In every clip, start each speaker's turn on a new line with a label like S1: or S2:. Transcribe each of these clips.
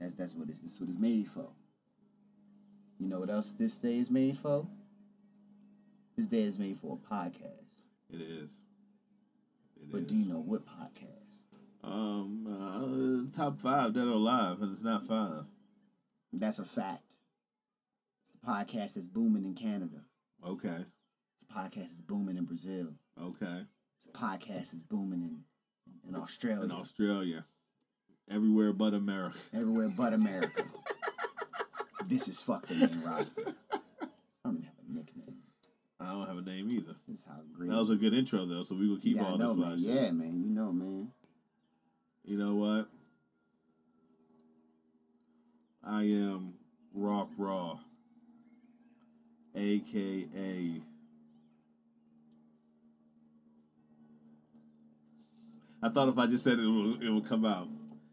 S1: That's that's what it's that's what it's made for. You know what else this day is made for? This day is made for a podcast.
S2: It is. It
S1: But
S2: is.
S1: do you know what podcast?
S2: Um, uh, top five dead or alive, and it's not five.
S1: That's a fact. It's the podcast that's booming in Canada.
S2: Okay,
S1: It's the podcast that's booming in Brazil.
S2: okay.
S1: It's the podcast that's booming in, in Australia.
S2: In Australia, everywhere but America.
S1: Everywhere but America. this is fuck the main roster. I don't even have a nickname.
S2: I don't have a name either.
S1: This is how great.
S2: That was a good intro though, so we will keep
S1: yeah, I
S2: all
S1: know,
S2: this
S1: man.
S2: fly shit.
S1: Yeah, man. You know, man.
S2: You know what? I am Rock Raw, aka. I thought if I just said it, it would, it would come out.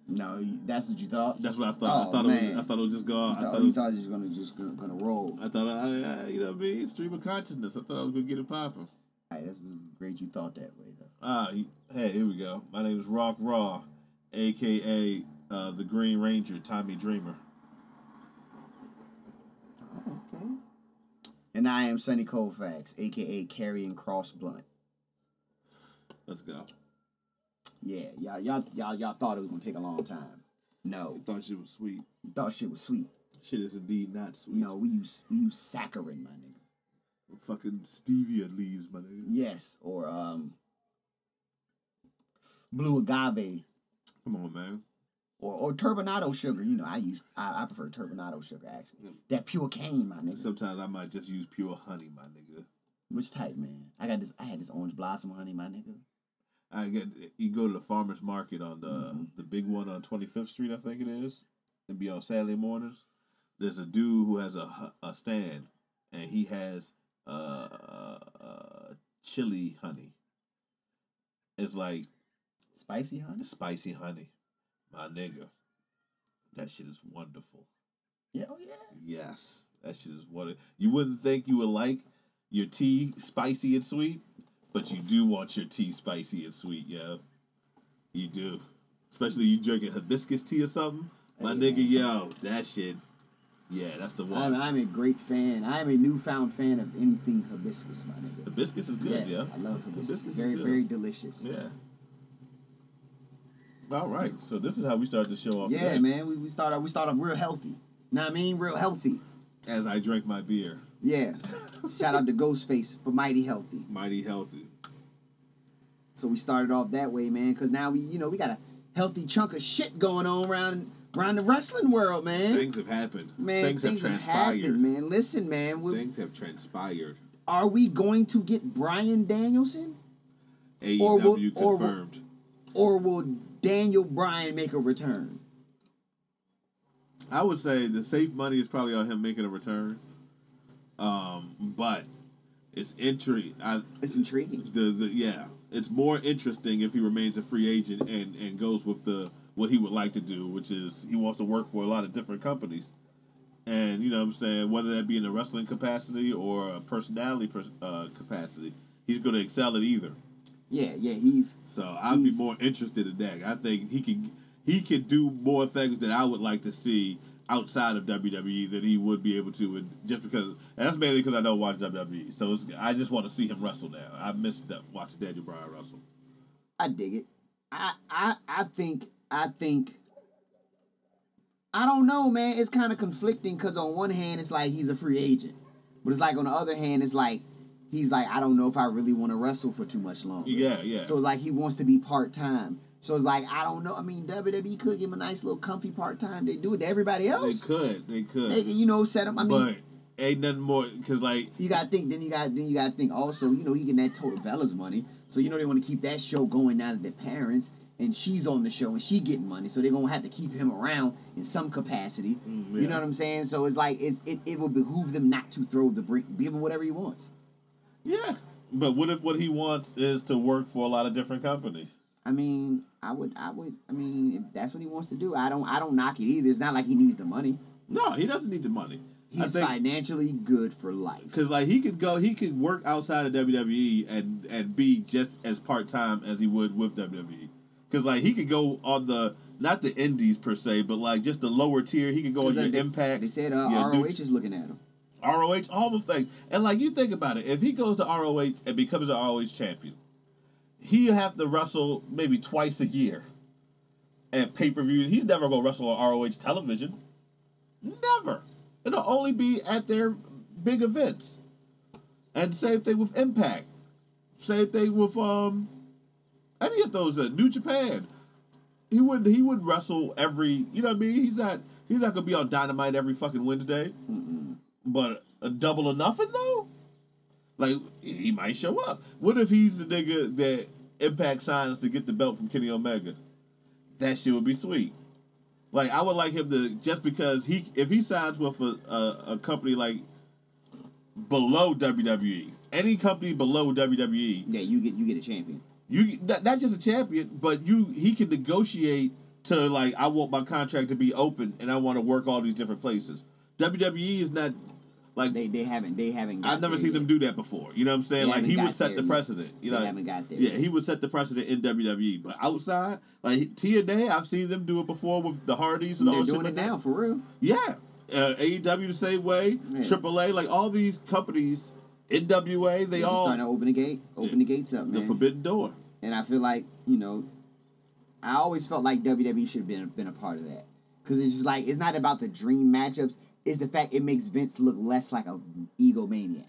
S1: No, you- that's what you thought.
S2: That's what I thought.
S1: Oh,
S2: I thought it
S1: man.
S2: was. I thought it would just go out. I
S1: you
S2: thought,
S1: thought,
S2: it
S1: you
S2: was,
S1: thought it was gonna just gonna, gonna roll.
S2: I thought I, I, you know, what I mean, stream of consciousness. I thought I was gonna get it popping.
S1: Alright, that's was great. You thought that way though.
S2: Ah, he- hey, here we go. My name is Rock Raw, aka uh, the Green Ranger, Tommy Dreamer.
S1: Okay. And I am Sonny Colfax, aka Carrying Cross Blunt.
S2: Let's go.
S1: Yeah, y'all, y'all, y'all, y'all thought it was gonna take a long time. No,
S2: Thought she was sweet.
S1: you thought shit was sweet.
S2: Shit is indeed not sweet.
S1: No, we use we use saccharin, my nigga.
S2: Fucking stevia leaves, my nigga.
S1: Yes, or um, blue agave
S2: Come on, man.
S1: or or turbinado sugar. You know, I use I, I prefer turbinado sugar actually. That pure cane, my nigga.
S2: Sometimes I might just use pure honey, my nigga.
S1: Which type, man? I got this. I had this orange blossom honey, my nigga.
S2: I get you go to the farmers market on the the big one on Twenty Fifth Street, I think it is, and be on Saturday mornings. There's a dude who has a hu- a stand, and he has uh, uh, uh chili honey. It's like
S1: Spicy honey.
S2: spicy honey, my nigga. That shit is wonderful.
S1: Yeah, oh yeah.
S2: Yes, that shit is what it, you wouldn't think you would like your tea spicy and sweet, but you do want your tea spicy and sweet, yo. You do, especially you drinking hibiscus tea or something, my
S1: Hey,
S2: nigga, yo, that shit. Yeah, that's the one.
S1: I'm, I'm a great fan. I'm a newfound fan of anything hibiscus, my nigga.
S2: hibiscus is good, yeah.
S1: I love hibiscus.
S2: Hibiscus is
S1: very,
S2: good.
S1: very delicious.
S2: Yeah. All right, so this is how we start the show off.
S1: Yeah,
S2: today.
S1: man. We, we start off we start off real healthy. Know what I mean? Real healthy.
S2: As I drink my beer,
S1: Yeah. Shout out to Ghostface for Mighty Healthy.
S2: mighty healthy.
S1: So we started off that way, man, because now we, you know, we got a healthy chunk of shit going on around around the wrestling world, man.
S2: Things have happened.
S1: man,
S2: things, have transpired.
S1: happened, man. Listen, man, we-
S2: Things have transpired.
S1: are we going to get Brian Danielson?
S2: AEW
S1: Or will- or will-
S2: confirmed.
S1: Or will Daniel Bryan make a return?
S2: I would say the safe money is probably on him making a return. Um, but it's entry. I
S1: It's intriguing.
S2: the, the yeah, it's more interesting if he remains a free agent and and goes with the what he would like to do, which is he wants to work for a lot of different companies. And you know what I'm saying, whether that be in a wrestling capacity or a personality pers- uh, capacity, he's going to excel at either.
S1: Yeah, yeah, he's
S2: So I'd be
S1: He's-
S2: more interested in that. I think he can he can do more things that I would like to see outside of WWE than he would be able to, and just because and that's mainly because I don't watch WWE. So it's, I just want to see him wrestle now. I miss that, watching Daniel Bryan wrestle.
S1: I dig it. I I I think I think I don't know, man. It's kind of conflicting because on one hand it's like he's a free agent, but it's like on the other hand it's like he's like I don't know if I really want to wrestle for too much longer.
S2: Yeah, yeah.
S1: So it's like he wants to be part time. So it's like I don't know. I mean, WWE could give him a nice little comfy part time. They do it to everybody
S2: they
S1: else.
S2: could, they could,
S1: They, you know, set him. I mean,
S2: but ain't nothing more because like
S1: you gotta think. Then you got to then you gotta think. Also, you know, he getting that total Bella's money, so you know they want to keep that show going now that the parents and she's on the show and she getting money, so they're gonna have to keep him around in some capacity. You
S2: Mm, yeah.
S1: know what I'm saying? So it's like it's it, it would behoove them not to throw the brink, give him whatever he wants.
S2: yeah. But what if what he wants is to work for a lot of different companies?
S1: I mean, I would, I would, I mean, if that's what he wants to do, I don't, I don't knock it either. It's not like he needs the money.
S2: No, he doesn't need the money. I
S1: He's
S2: think-
S1: financially good for life.
S2: Cause like he could go, he could work outside of WWE and E. and be just as part time as he would with WWE. Cause like he could go on the not the indies per se, but like just the lower tier. He could go on your
S1: They- they-
S2: impact.
S1: They said uh,
S2: your
S1: ROH
S2: New-
S1: is looking at him.
S2: ROH, all the things. And like you think about it, if he goes to ROH and becomes an ROH champion, he'll have to wrestle maybe twice a year at pay per view. He's never gonna wrestle on ROH television. Never. It'll only be at their big events. And same thing with Impact. Same thing with um any of those uh, New Japan. He wouldn't he wouldn't wrestle every you know what I mean? He's not he's not gonna be on dynamite every fucking Wednesday. But a double or nothing though? Like he might show up. What if he's the nigga that Impact signs to get the belt from Kenny Omega? That shit would be sweet. Like I would like him to just because he if he signs with a, a, a company like below WWE, any company below E, WWE,
S1: Yeah, you get you get a champion.
S2: you not, not just a champion, but you he can negotiate to like I want my contract to be open and I want to work all these different places. WWE is not like
S1: They they haven't they haven't. got
S2: I've never
S1: there yet.
S2: seen them do that before. You know what I'm saying?
S1: They
S2: Like he
S1: haven't
S2: would
S1: got
S2: set
S1: there
S2: the
S1: yet.
S2: precedent. You
S1: They
S2: know,
S1: haven't got there
S2: Yeah,
S1: yet.
S2: he would set the precedent in WWE. But outside, like TNA, I've seen them do it before with the Hardys and all
S1: They're
S2: shit
S1: doing
S2: like
S1: it
S2: that.
S1: now for real.
S2: Yeah. Uh, AEW the same way,
S1: Yeah.
S2: AAA, like all these companies, NWA, they
S1: They're
S2: all
S1: starting to open the gate, open the gates up,
S2: the
S1: man.
S2: Forbidden Door.
S1: and I feel like you know, I always felt like WWE should have been been a part of that because it's just like it's not about the dream matchups. It's the fact it makes Vince look less like a egomaniac,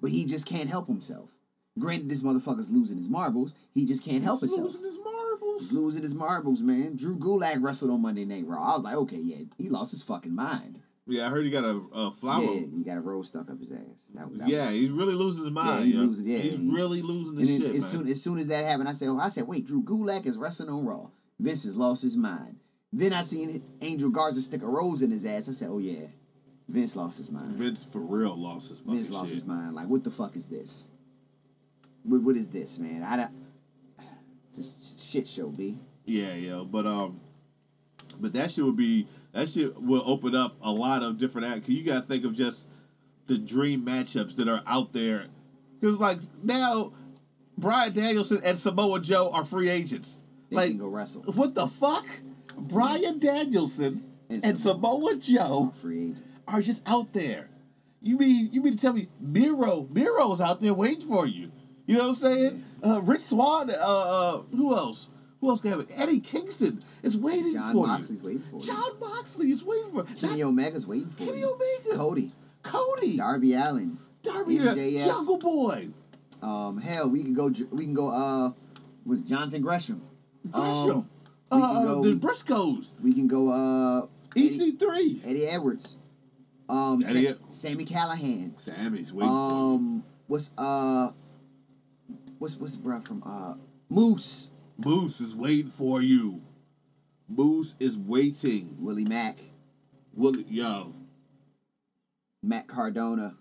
S1: but he just can't help himself. Granted, this motherfucker's losing his marbles. He just can't help
S2: He's
S1: himself.
S2: losing his marbles.
S1: He's losing his marbles, man. Drew Gulak wrestled on Monday Night Raw. I was like, okay, yeah, he lost his fucking mind.
S2: Yeah, I heard he got a, a flower.
S1: Yeah,
S2: Yeah,
S1: he got a rose stuck up his ass. That, was- that was-
S2: he's really losing his mind.
S1: he's
S2: yo.
S1: losing- yeah,
S2: he's
S1: he-
S2: really losing
S1: And
S2: his
S1: then
S2: shit, man.
S1: as soon as soon as that happened, I said, oh, I said, wait, Drew Gulak is wrestling on Raw. Vince has lost his mind. Then I seen Angel Garza stick a rose in his ass. I said, oh yeah, Vince lost his mind.
S2: Vince for real lost his fucking
S1: Vince lost
S2: shit.
S1: his mind. Like, what the fuck is this? What, what is this, man? I don't. It's a shit show, B.
S2: Yeah, yo, but um, but that shit would be that shit will open up a lot of different act. Cause you gotta think of just the dream matchups that are out there. Cause like now, Brian Danielson and Samoa Joe are free agents.
S1: They
S2: like
S1: can go wrestle.
S2: what the fuck? Brian Danielson
S1: And
S2: and, Samoa Joe
S1: Free agents.
S2: are just out there. You mean you mean to tell me Miro Miro's out there waiting for you? You know what I'm saying? Uh, Rich Swan. Uh, uh, who else? Who else can have it? Eddie Kingston is waiting
S1: John
S2: for
S1: Moxley's
S2: you.
S1: waiting for you.
S2: John Moxley is waiting for
S1: Kenny
S2: Not
S1: Omega's waiting for
S2: Kenny
S1: you.
S2: Omega.
S1: Cody,
S2: Cody.
S1: Darby Allen.
S2: Darby.
S1: MJF.
S2: Jungle Boy.
S1: Um, hell, we could go. We can go. Uh, was Jonathan Gresham?
S2: Gresham.
S1: Um, we can
S2: uh,
S1: go-
S2: the Briscoes. E
S1: we can go. Uh, Eddie,
S2: EC3.
S1: Eddie Edwards. Um, Sa-
S2: Eddie Ed-
S1: Sammy Callahan.
S2: Sammy's waiting
S1: Um, what's uh, what's what's bruh from uh Moose
S2: for you. Moose is waiting for you. Moose is waiting.
S1: Willie Mack,
S2: Will yo?
S1: Matt Cardona.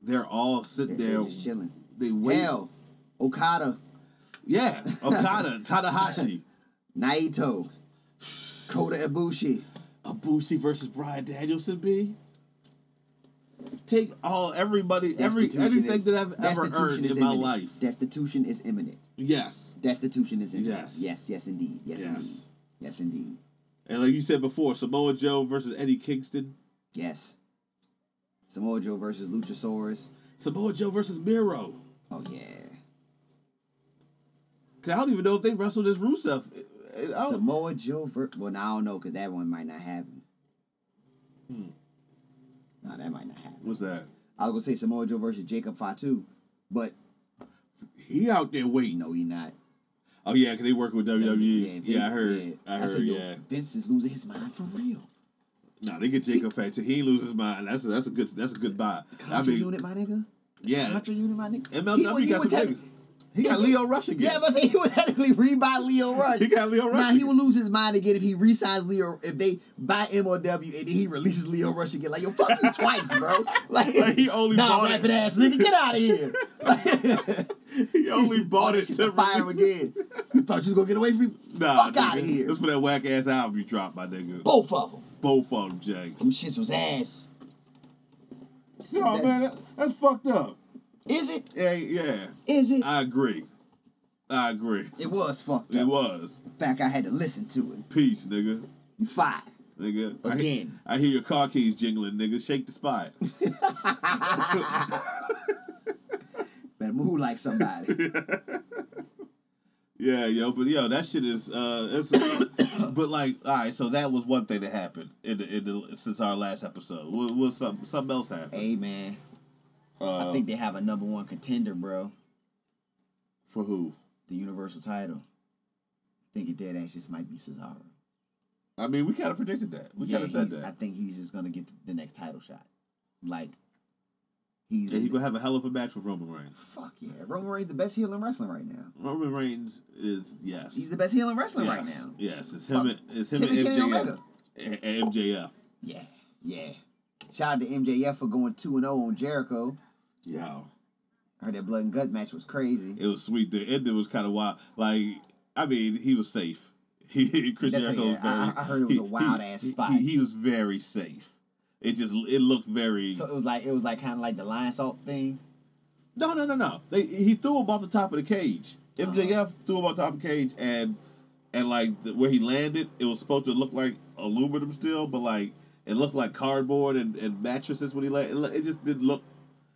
S2: They're all sitting
S1: They're,
S2: there.
S1: they're just chilling.
S2: They wait.
S1: Hell, Okada,
S2: Yeah, Okada, Tanahashi,
S1: Naito, Kota Ibushi.
S2: Abushi versus Brian Danielson. B. Take all everybody, every
S1: Destitution
S2: everything
S1: is-
S2: that I've ever
S1: destitution
S2: earned
S1: is
S2: in my
S1: imminent.
S2: life.
S1: Destitution is imminent.
S2: Yes,
S1: Destitution is imminent.
S2: Yes.
S1: Yes. Yes. Indeed. Yes.
S2: Yes.
S1: Indeed. Yes. Indeed.
S2: and like you said before, Samoa Joe versus Eddie Kingston,
S1: Yes. Samoa Joe versus Luchasaurus.
S2: Samoa Joe versus Miro.
S1: Oh yeah.
S2: Cause I don't even know if they wrestled as Rusev. I don't-
S1: Samoa Joe. Ver- well, no, I don't know because that one might not happen.
S2: Hmm.
S1: No, that might not happen.
S2: What's that?
S1: I was gonna say Samoa Joe versus Jacob Fatu, but
S2: He out there waiting.
S1: no, he not.
S2: Oh yeah, cause they work with WWE. Yeah,
S1: Vince-
S2: I heard. I heard.
S1: yo,
S2: yeah.
S1: Vince is losing his mind for real.
S2: No, they get Jacob Fatu. He ain't lose his mind. That's a, that's a good that's a good buy. I
S1: Contra
S2: mean,
S1: unit, my nigga.
S2: yeah.
S1: Contra unit, my nigga. He
S2: MLW
S1: would- he
S2: got
S1: would
S2: some
S1: tec-
S2: niggas. He got
S1: he-
S2: Leo Rush again.
S1: Yeah, but say he was technically re by Leo Rush.
S2: He got Leo Rush.
S1: Now he will lose his mind again if he resigns Leo. If they buy MOW and then he releases Leo Rush again, like yo, fuck you twice, bro. Like,
S2: Like, he only
S1: nah,
S2: bought it.
S1: rapid ass nigga, get out of here.
S2: he only bought it
S1: Shit
S2: to
S1: to fire him
S2: release-
S1: again. You thought you was gonna get away from me?
S2: Nah,
S1: fuck out
S2: nigga.
S1: of here.
S2: That's for that whack ass album you dropped, my nigga.
S1: Both of them.
S2: Both of them, Jags.
S1: Them shits was ass.
S2: No,
S1: that's-
S2: man, that, that's fucked up.
S1: Is it?
S2: Yeah, yeah,
S1: Is it?
S2: I agree. I agree.
S1: It was fucked
S2: It
S1: up.
S2: was.
S1: In fact, I had to listen to it.
S2: Peace, nigga.
S1: You fired.
S2: Nigga. I-
S1: Again.
S2: I, hear your car keys jingling, nigga. Shake the spot.
S1: Better move like somebody.
S2: yeah, yo, but yo, that shit is uh it's but like, all right, so that was one thing that happened in the, in the since our last episode. What was something something else happened?
S1: hey man,
S2: Uh,
S1: I think they have a number one contender, bro.
S2: for who?
S1: The universal title. I think it dead ass just might be Cesaro.
S2: I mean, we kind of predicted that. We kind of said
S1: he's-
S2: that.
S1: I think he's just gonna get the next title shot. Like he's
S2: and he's gonna have a hell of a match with Roman Reigns.
S1: fuck yeah. Roman Reigns the best heel in wrestling right now.
S2: Roman Reigns is yes.
S1: He's the best heel in wrestling
S2: yes,
S1: right now.
S2: Yes, it's him.
S1: Fuck.
S2: And, it's him
S1: Timmy
S2: and
S1: Kenny
S2: MJF.
S1: Omega.
S2: And- and MJF.
S1: Yeah, yeah. Shout out to MJF for going two and zero on Jericho.
S2: Yo,
S1: I heard that blood and gut match was crazy.
S2: it was sweet. The ending was kind of wild. Like, I mean, he was safe. He, Chris
S1: That's-
S2: Jericho was
S1: yeah, I- I
S2: very.
S1: heard it was
S2: he-
S1: a wild
S2: he-
S1: ass
S2: he-
S1: spot.
S2: He, he was very safe. It just it looked very.
S1: So it was like it was like kind of like the lion salt thing.
S2: no, no, no, no. They, he threw him off the top of the cage.
S1: Oh.
S2: MJF threw him off the top of the cage, and and like the, where he landed, it was supposed to look like aluminum still, but like it looked like cardboard and, and mattresses when he landed. It lo- It just didn't look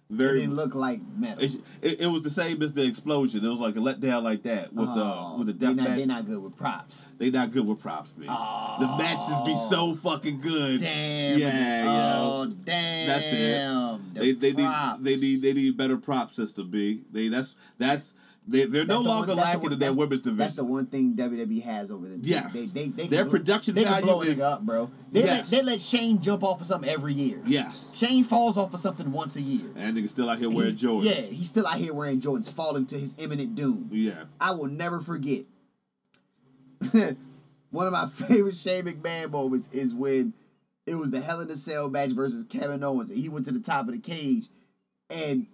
S1: It
S2: very.
S1: didn't look like metal.
S2: It, it, it was the same as the explosion. It was like a letdown like that with the
S1: Oh,
S2: with the
S1: they
S2: death
S1: not,
S2: match.
S1: They're not good with props.
S2: They not good with props, man.
S1: Oh.
S2: the matches be so fucking good.
S1: Damn.
S2: Yeah,
S1: Oh,
S2: yeah.
S1: damn.
S2: That's it. They they
S1: props.
S2: need they need they need better prop system, B. They that's that's they they're
S1: That's
S2: no
S1: the one-
S2: longer
S1: that's the
S2: lacking
S1: one-
S2: in that
S1: that's-
S2: women's division.
S1: That's the one thing WWE has over them. They-
S2: Yes.
S1: They, they, they,
S2: Their
S1: can-
S2: production
S1: they
S2: value
S1: can blow a
S2: is-
S1: nigga up, bro. They,
S2: Yes.
S1: let, they let Shane jump off of something every year.
S2: yes.
S1: Shane falls off of something once a year.
S2: And nigga still out here wearing
S1: He's-
S2: Jordans.
S1: Yeah, he's still out here wearing Jordans, falling to his imminent doom.
S2: Yeah.
S1: I will never forget. One of my favorite Shane McMahon moments is when it was the Hell in a Cell match versus Kevin Owens. And he went to the top of the cage, and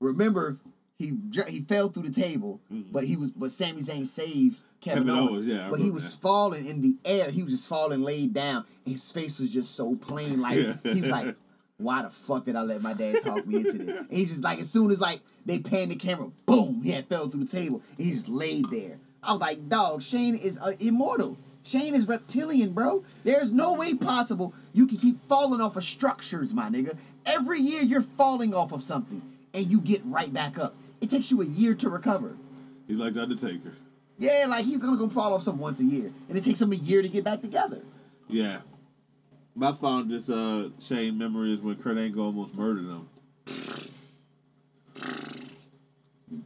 S1: remember he dr- he fell through the table, but he was but Sami Zayn saved Kevin,
S2: Mm-hmm. Kevin
S1: Owens.
S2: Owens, yeah, I
S1: but he
S2: remember
S1: was
S2: that.
S1: falling in the air. He was just falling laid down. and His face was just so plain. Like
S2: Yeah.
S1: he was like, why the fuck did I let my dad talk me into this? And he's just like, as soon as like they panned the camera, boom, he had fell through the table. And he just laid there. I was like, dog, Shane is uh, immortal. Shane is reptilian, bro. There's no way possible you can keep falling off of structures, my nigga. Every year you're falling off of something and you get right back up. It takes you a year to recover.
S2: He's like the Undertaker.
S1: Yeah, like he's gonna go fall off something once a year, and it takes him a year to get back together.
S2: Yeah. My fondest uh Shane memory is when Kurt Angle almost murdered him.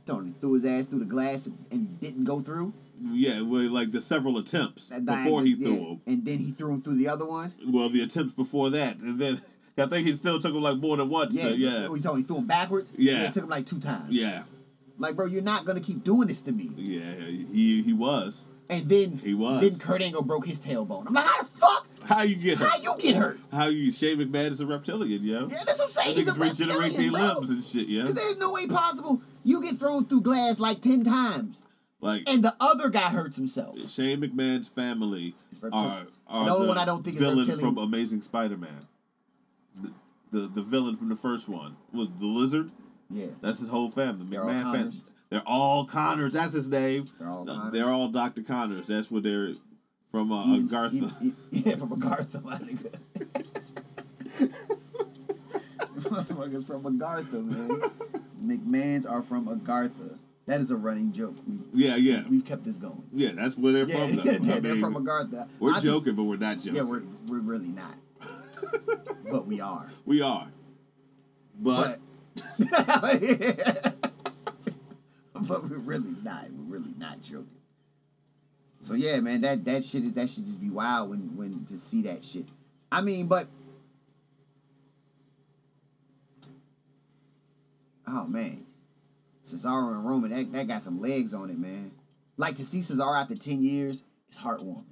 S1: Tony threw his ass through the glass and, and didn't go through.
S2: Yeah, well, like the several attempts
S1: That
S2: before
S1: diagonal-
S2: he threw
S1: yeah,
S2: him.
S1: And then he threw him through the other one.
S2: Well, the attempts before that, and then I think he still took him like more than once.
S1: Yeah,
S2: Yeah, yeah,
S1: So he told him he threw him backwards.
S2: Yeah.
S1: And it took him like two times.
S2: yeah,
S1: Like, bro, you're not gonna keep doing this to me.
S2: yeah. He he was.
S1: And then
S2: He was.
S1: Then Kurt Angle broke his tailbone. I'm like, how the fuck?
S2: How you get
S1: How you get hurt?
S2: how you Shane McMahon is a reptilian, yo.
S1: Yeah, that's what I'm saying. He's a
S2: Niggas regenerate
S1: reptilian,
S2: their
S1: bro.
S2: limbs and shit, yeah.
S1: Because there's no way possible you get thrown through glass like ten times,
S2: Like
S1: and the other guy hurts himself.
S2: Shane McMahon's family
S1: It's reptil-
S2: are are
S1: The only
S2: the
S1: one I don't think is
S2: villain
S1: reptilian.
S2: from Amazing Spider-Man. The, the the villain from the first one was the lizard.
S1: Yeah.
S2: That's his whole family.
S1: They're all
S2: McMahon family.
S1: Connors.
S2: They're all Connors. That's his name.
S1: They're all
S2: No,
S1: Connors.
S2: They're all Doctor Connors. That's what they're from. Uh,
S1: Even-
S2: Agartha.
S1: even- e- yeah, from Agartha, my nigga. Motherfuckers from Agartha, man. McMahons are from Agartha. That is a running joke. We've,
S2: Yeah, yeah,
S1: we've kept this going.
S2: yeah. That's where they're
S1: Yeah,
S2: from. Though.
S1: yeah,
S2: I
S1: they're
S2: mean,
S1: from Agartha.
S2: We're
S1: I think-
S2: joking, but we're not joking.
S1: yeah, we're, we're really not. but we are.
S2: we are. But,
S1: But. but we're really not. We're really not joking. So yeah, man, that that shit is that should just be wild when when to see that shit. I mean, but oh man, Cesaro and Roman that that got some legs on it, man. Like to see Cesaro after ten years is heartwarming.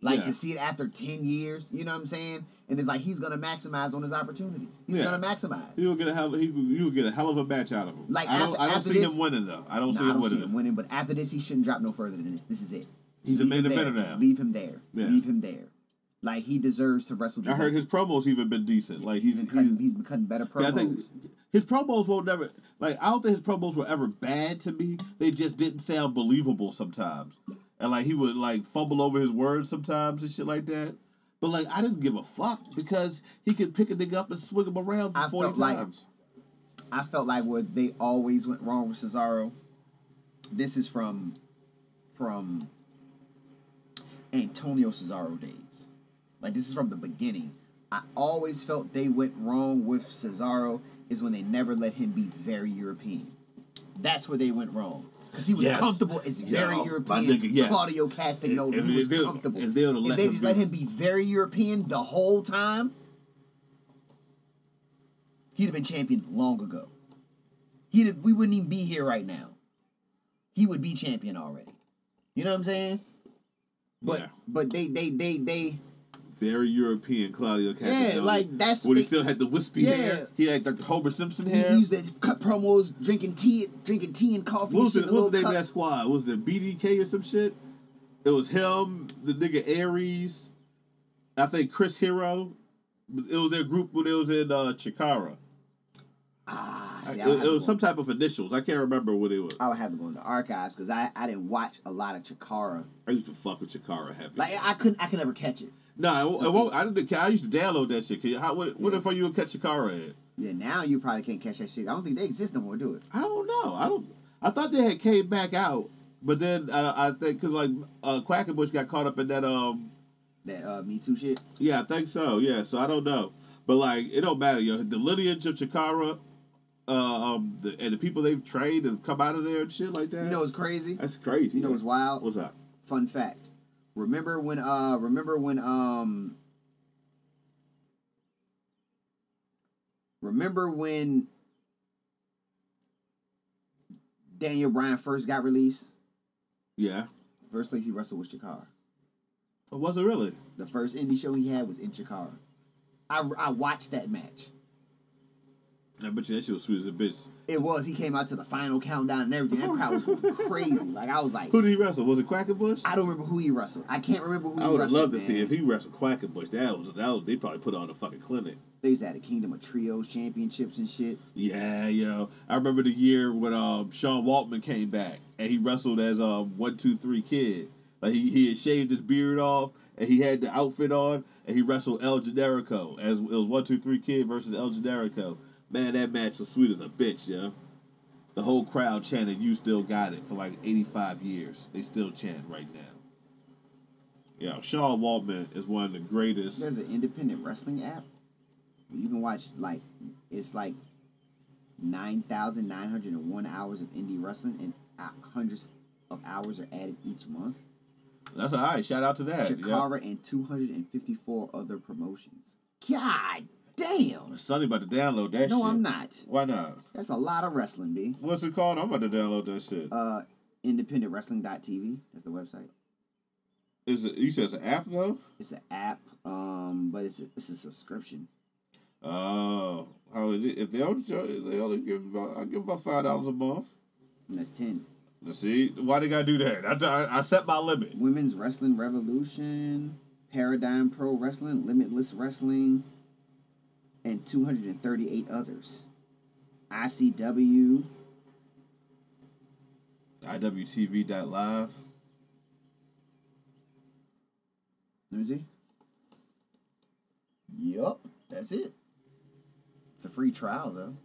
S1: Like
S2: Yeah.
S1: to see it after ten years, you know what I'm saying? And it's like he's gonna maximize on his opportunities. He's
S2: Yeah.
S1: gonna maximize.
S2: he will get a hell. He will, you will get a hell of a match out of him.
S1: Like,
S2: I don't.
S1: after-
S2: I don't
S1: after
S2: see
S1: this-
S2: him winning though. I don't
S1: No,
S2: see
S1: I
S2: him
S1: don't see
S2: winning.
S1: him winning, but after this, he shouldn't drop no further than this. This is it.
S2: He's a
S1: Leave
S2: main
S1: him there.
S2: eventer now.
S1: Leave him there.
S2: Yeah.
S1: Leave him there. Like he deserves to wrestle.
S2: I heard his promos even been decent. Like he's,
S1: been
S2: he's,
S1: cutting, he's been cutting better promos.
S2: yeah, I think his promos will never like I don't think his promos were ever bad to me. They just didn't sound believable sometimes, and like he would like fumble over his words sometimes and shit like that. But like I didn't give a fuck because he could pick a nigga up and swing him around
S1: I
S2: forty
S1: felt like-
S2: times.
S1: I felt like where they always went wrong with Cesaro. This is from from Antonio Cesaro days. Like this is from the beginning. I always felt they went wrong with Cesaro is when they never let him be very European. That's where they went wrong. Because he was
S2: Yes.
S1: comfortable as very
S2: Yeah, my
S1: European.
S2: nigga, yes.
S1: Claudio Castagnoli,
S2: If- if
S1: he was
S2: they-
S1: comfortable.
S2: if they would've let him
S1: just
S2: be-
S1: let him be very European the whole time, he'd have been champion long ago. He'd have, we wouldn't even be here right now. He would be champion already. You know what I'm saying? But
S2: Yeah.
S1: but they they they they
S2: very European Claudio Castagnoli.
S1: like, that's
S2: when he
S1: the-
S2: still had the wispy
S1: Yeah.
S2: hair. He had like the Homer Simpson hair.
S1: he used to cut promos, drinking tea, drinking tea and coffee.
S2: what was,
S1: shit
S2: it,
S1: in
S2: what was the
S1: little
S2: name of that
S1: cups.
S2: squad? Was it BDK or some shit? It was him, the nigga Aries, I think Chris Hero. It was their group when it was in uh, Chikara.
S1: Ah, see,
S2: Uh, It,
S1: I'll have
S2: it
S1: to
S2: was
S1: go-
S2: some type of initials. I can't remember what it was.
S1: I would have to go into archives because I, I didn't watch a lot of Chikara.
S2: I used to fuck with Chikara heavy.
S1: Like I couldn't I could never catch it.
S2: no, I, won't- I,
S1: So-
S2: won't- I didn't. I used to download that shit. 'Cause How, what what
S1: Yeah.
S2: if you would catch Chikara at?
S1: Yeah, now you probably can't catch that shit. I don't think they exist no more, do it?
S2: I don't know. I don't. I thought they had came back out, but then uh, I think because like uh, Quackenbush got caught up in that. Um,
S1: That uh, Me Too shit.
S2: yeah, I think so. Yeah, so I don't know, but like it don't matter. Yo, the lineage of Chikara, uh, um, the, and the people they've trained and come out of there and shit like that.
S1: You know what's crazy?
S2: that's crazy.
S1: You know what's wild?
S2: What's up?
S1: Fun fact. Remember when uh remember when um Remember when Daniel Bryan first got released?
S2: Yeah,
S1: First place he wrestled was Chikara.
S2: it wasn't really.
S1: The first indie show he had was in Chikara. I, I watched that match.
S2: I bet you that shit was sweet as a bitch.
S1: It was. He came out to the final countdown and everything. That crowd was going crazy. Like I was like,
S2: Who did he wrestle? Was it Quackenbush?
S1: I don't remember who he wrestled. I can't remember who he
S2: I would have
S1: wrestled.
S2: loved to see
S1: man.
S2: if he wrestled Quackenbush. That was that. Was, they probably put on a fucking clinic.
S1: They used to have the Kingdom of Trios championships and shit.
S2: Yeah, yo. I remember the year when um Sean Waltman came back and he wrestled as um one two three kid. Like he, he had shaved his beard off and he had the outfit on and he wrestled El Generico as it was one two three kid versus El Generico. Man, that match was sweet as a bitch, yo. The whole crowd chanted "You still got it" for like eighty five years. They still chant right now. Yeah, Sean Waltman is one of the greatest.
S1: There's an independent wrestling app. where You can watch like it's like nine thousand nine hundred and one hours of indie wrestling, and uh, hundreds of hours are added each month.
S2: That's all right. Shout out to that. yo.
S1: Chikara and two hundred and fifty four other promotions. God damn!
S2: Sonny about to download that.
S1: No,
S2: shit.
S1: I'm not.
S2: Why not?
S1: That's a lot of wrestling, B.
S2: What's it called? I'm about to download that shit.
S1: uh independentwrestling.tv that's the website
S2: Is it? You said it's an app though.
S1: it's an app um but it's a, it's a subscription
S2: Oh, how is it? If they only charge, they only give about I give about five dollars a month.
S1: and that's 10
S2: Now, see why they gotta do that? I, I, I set my limit.
S1: women's wrestling revolution paradigm pro wrestling limitless wrestling and 238 others icw
S2: IWTV.live.
S1: let me see yup that's it it's a free trial though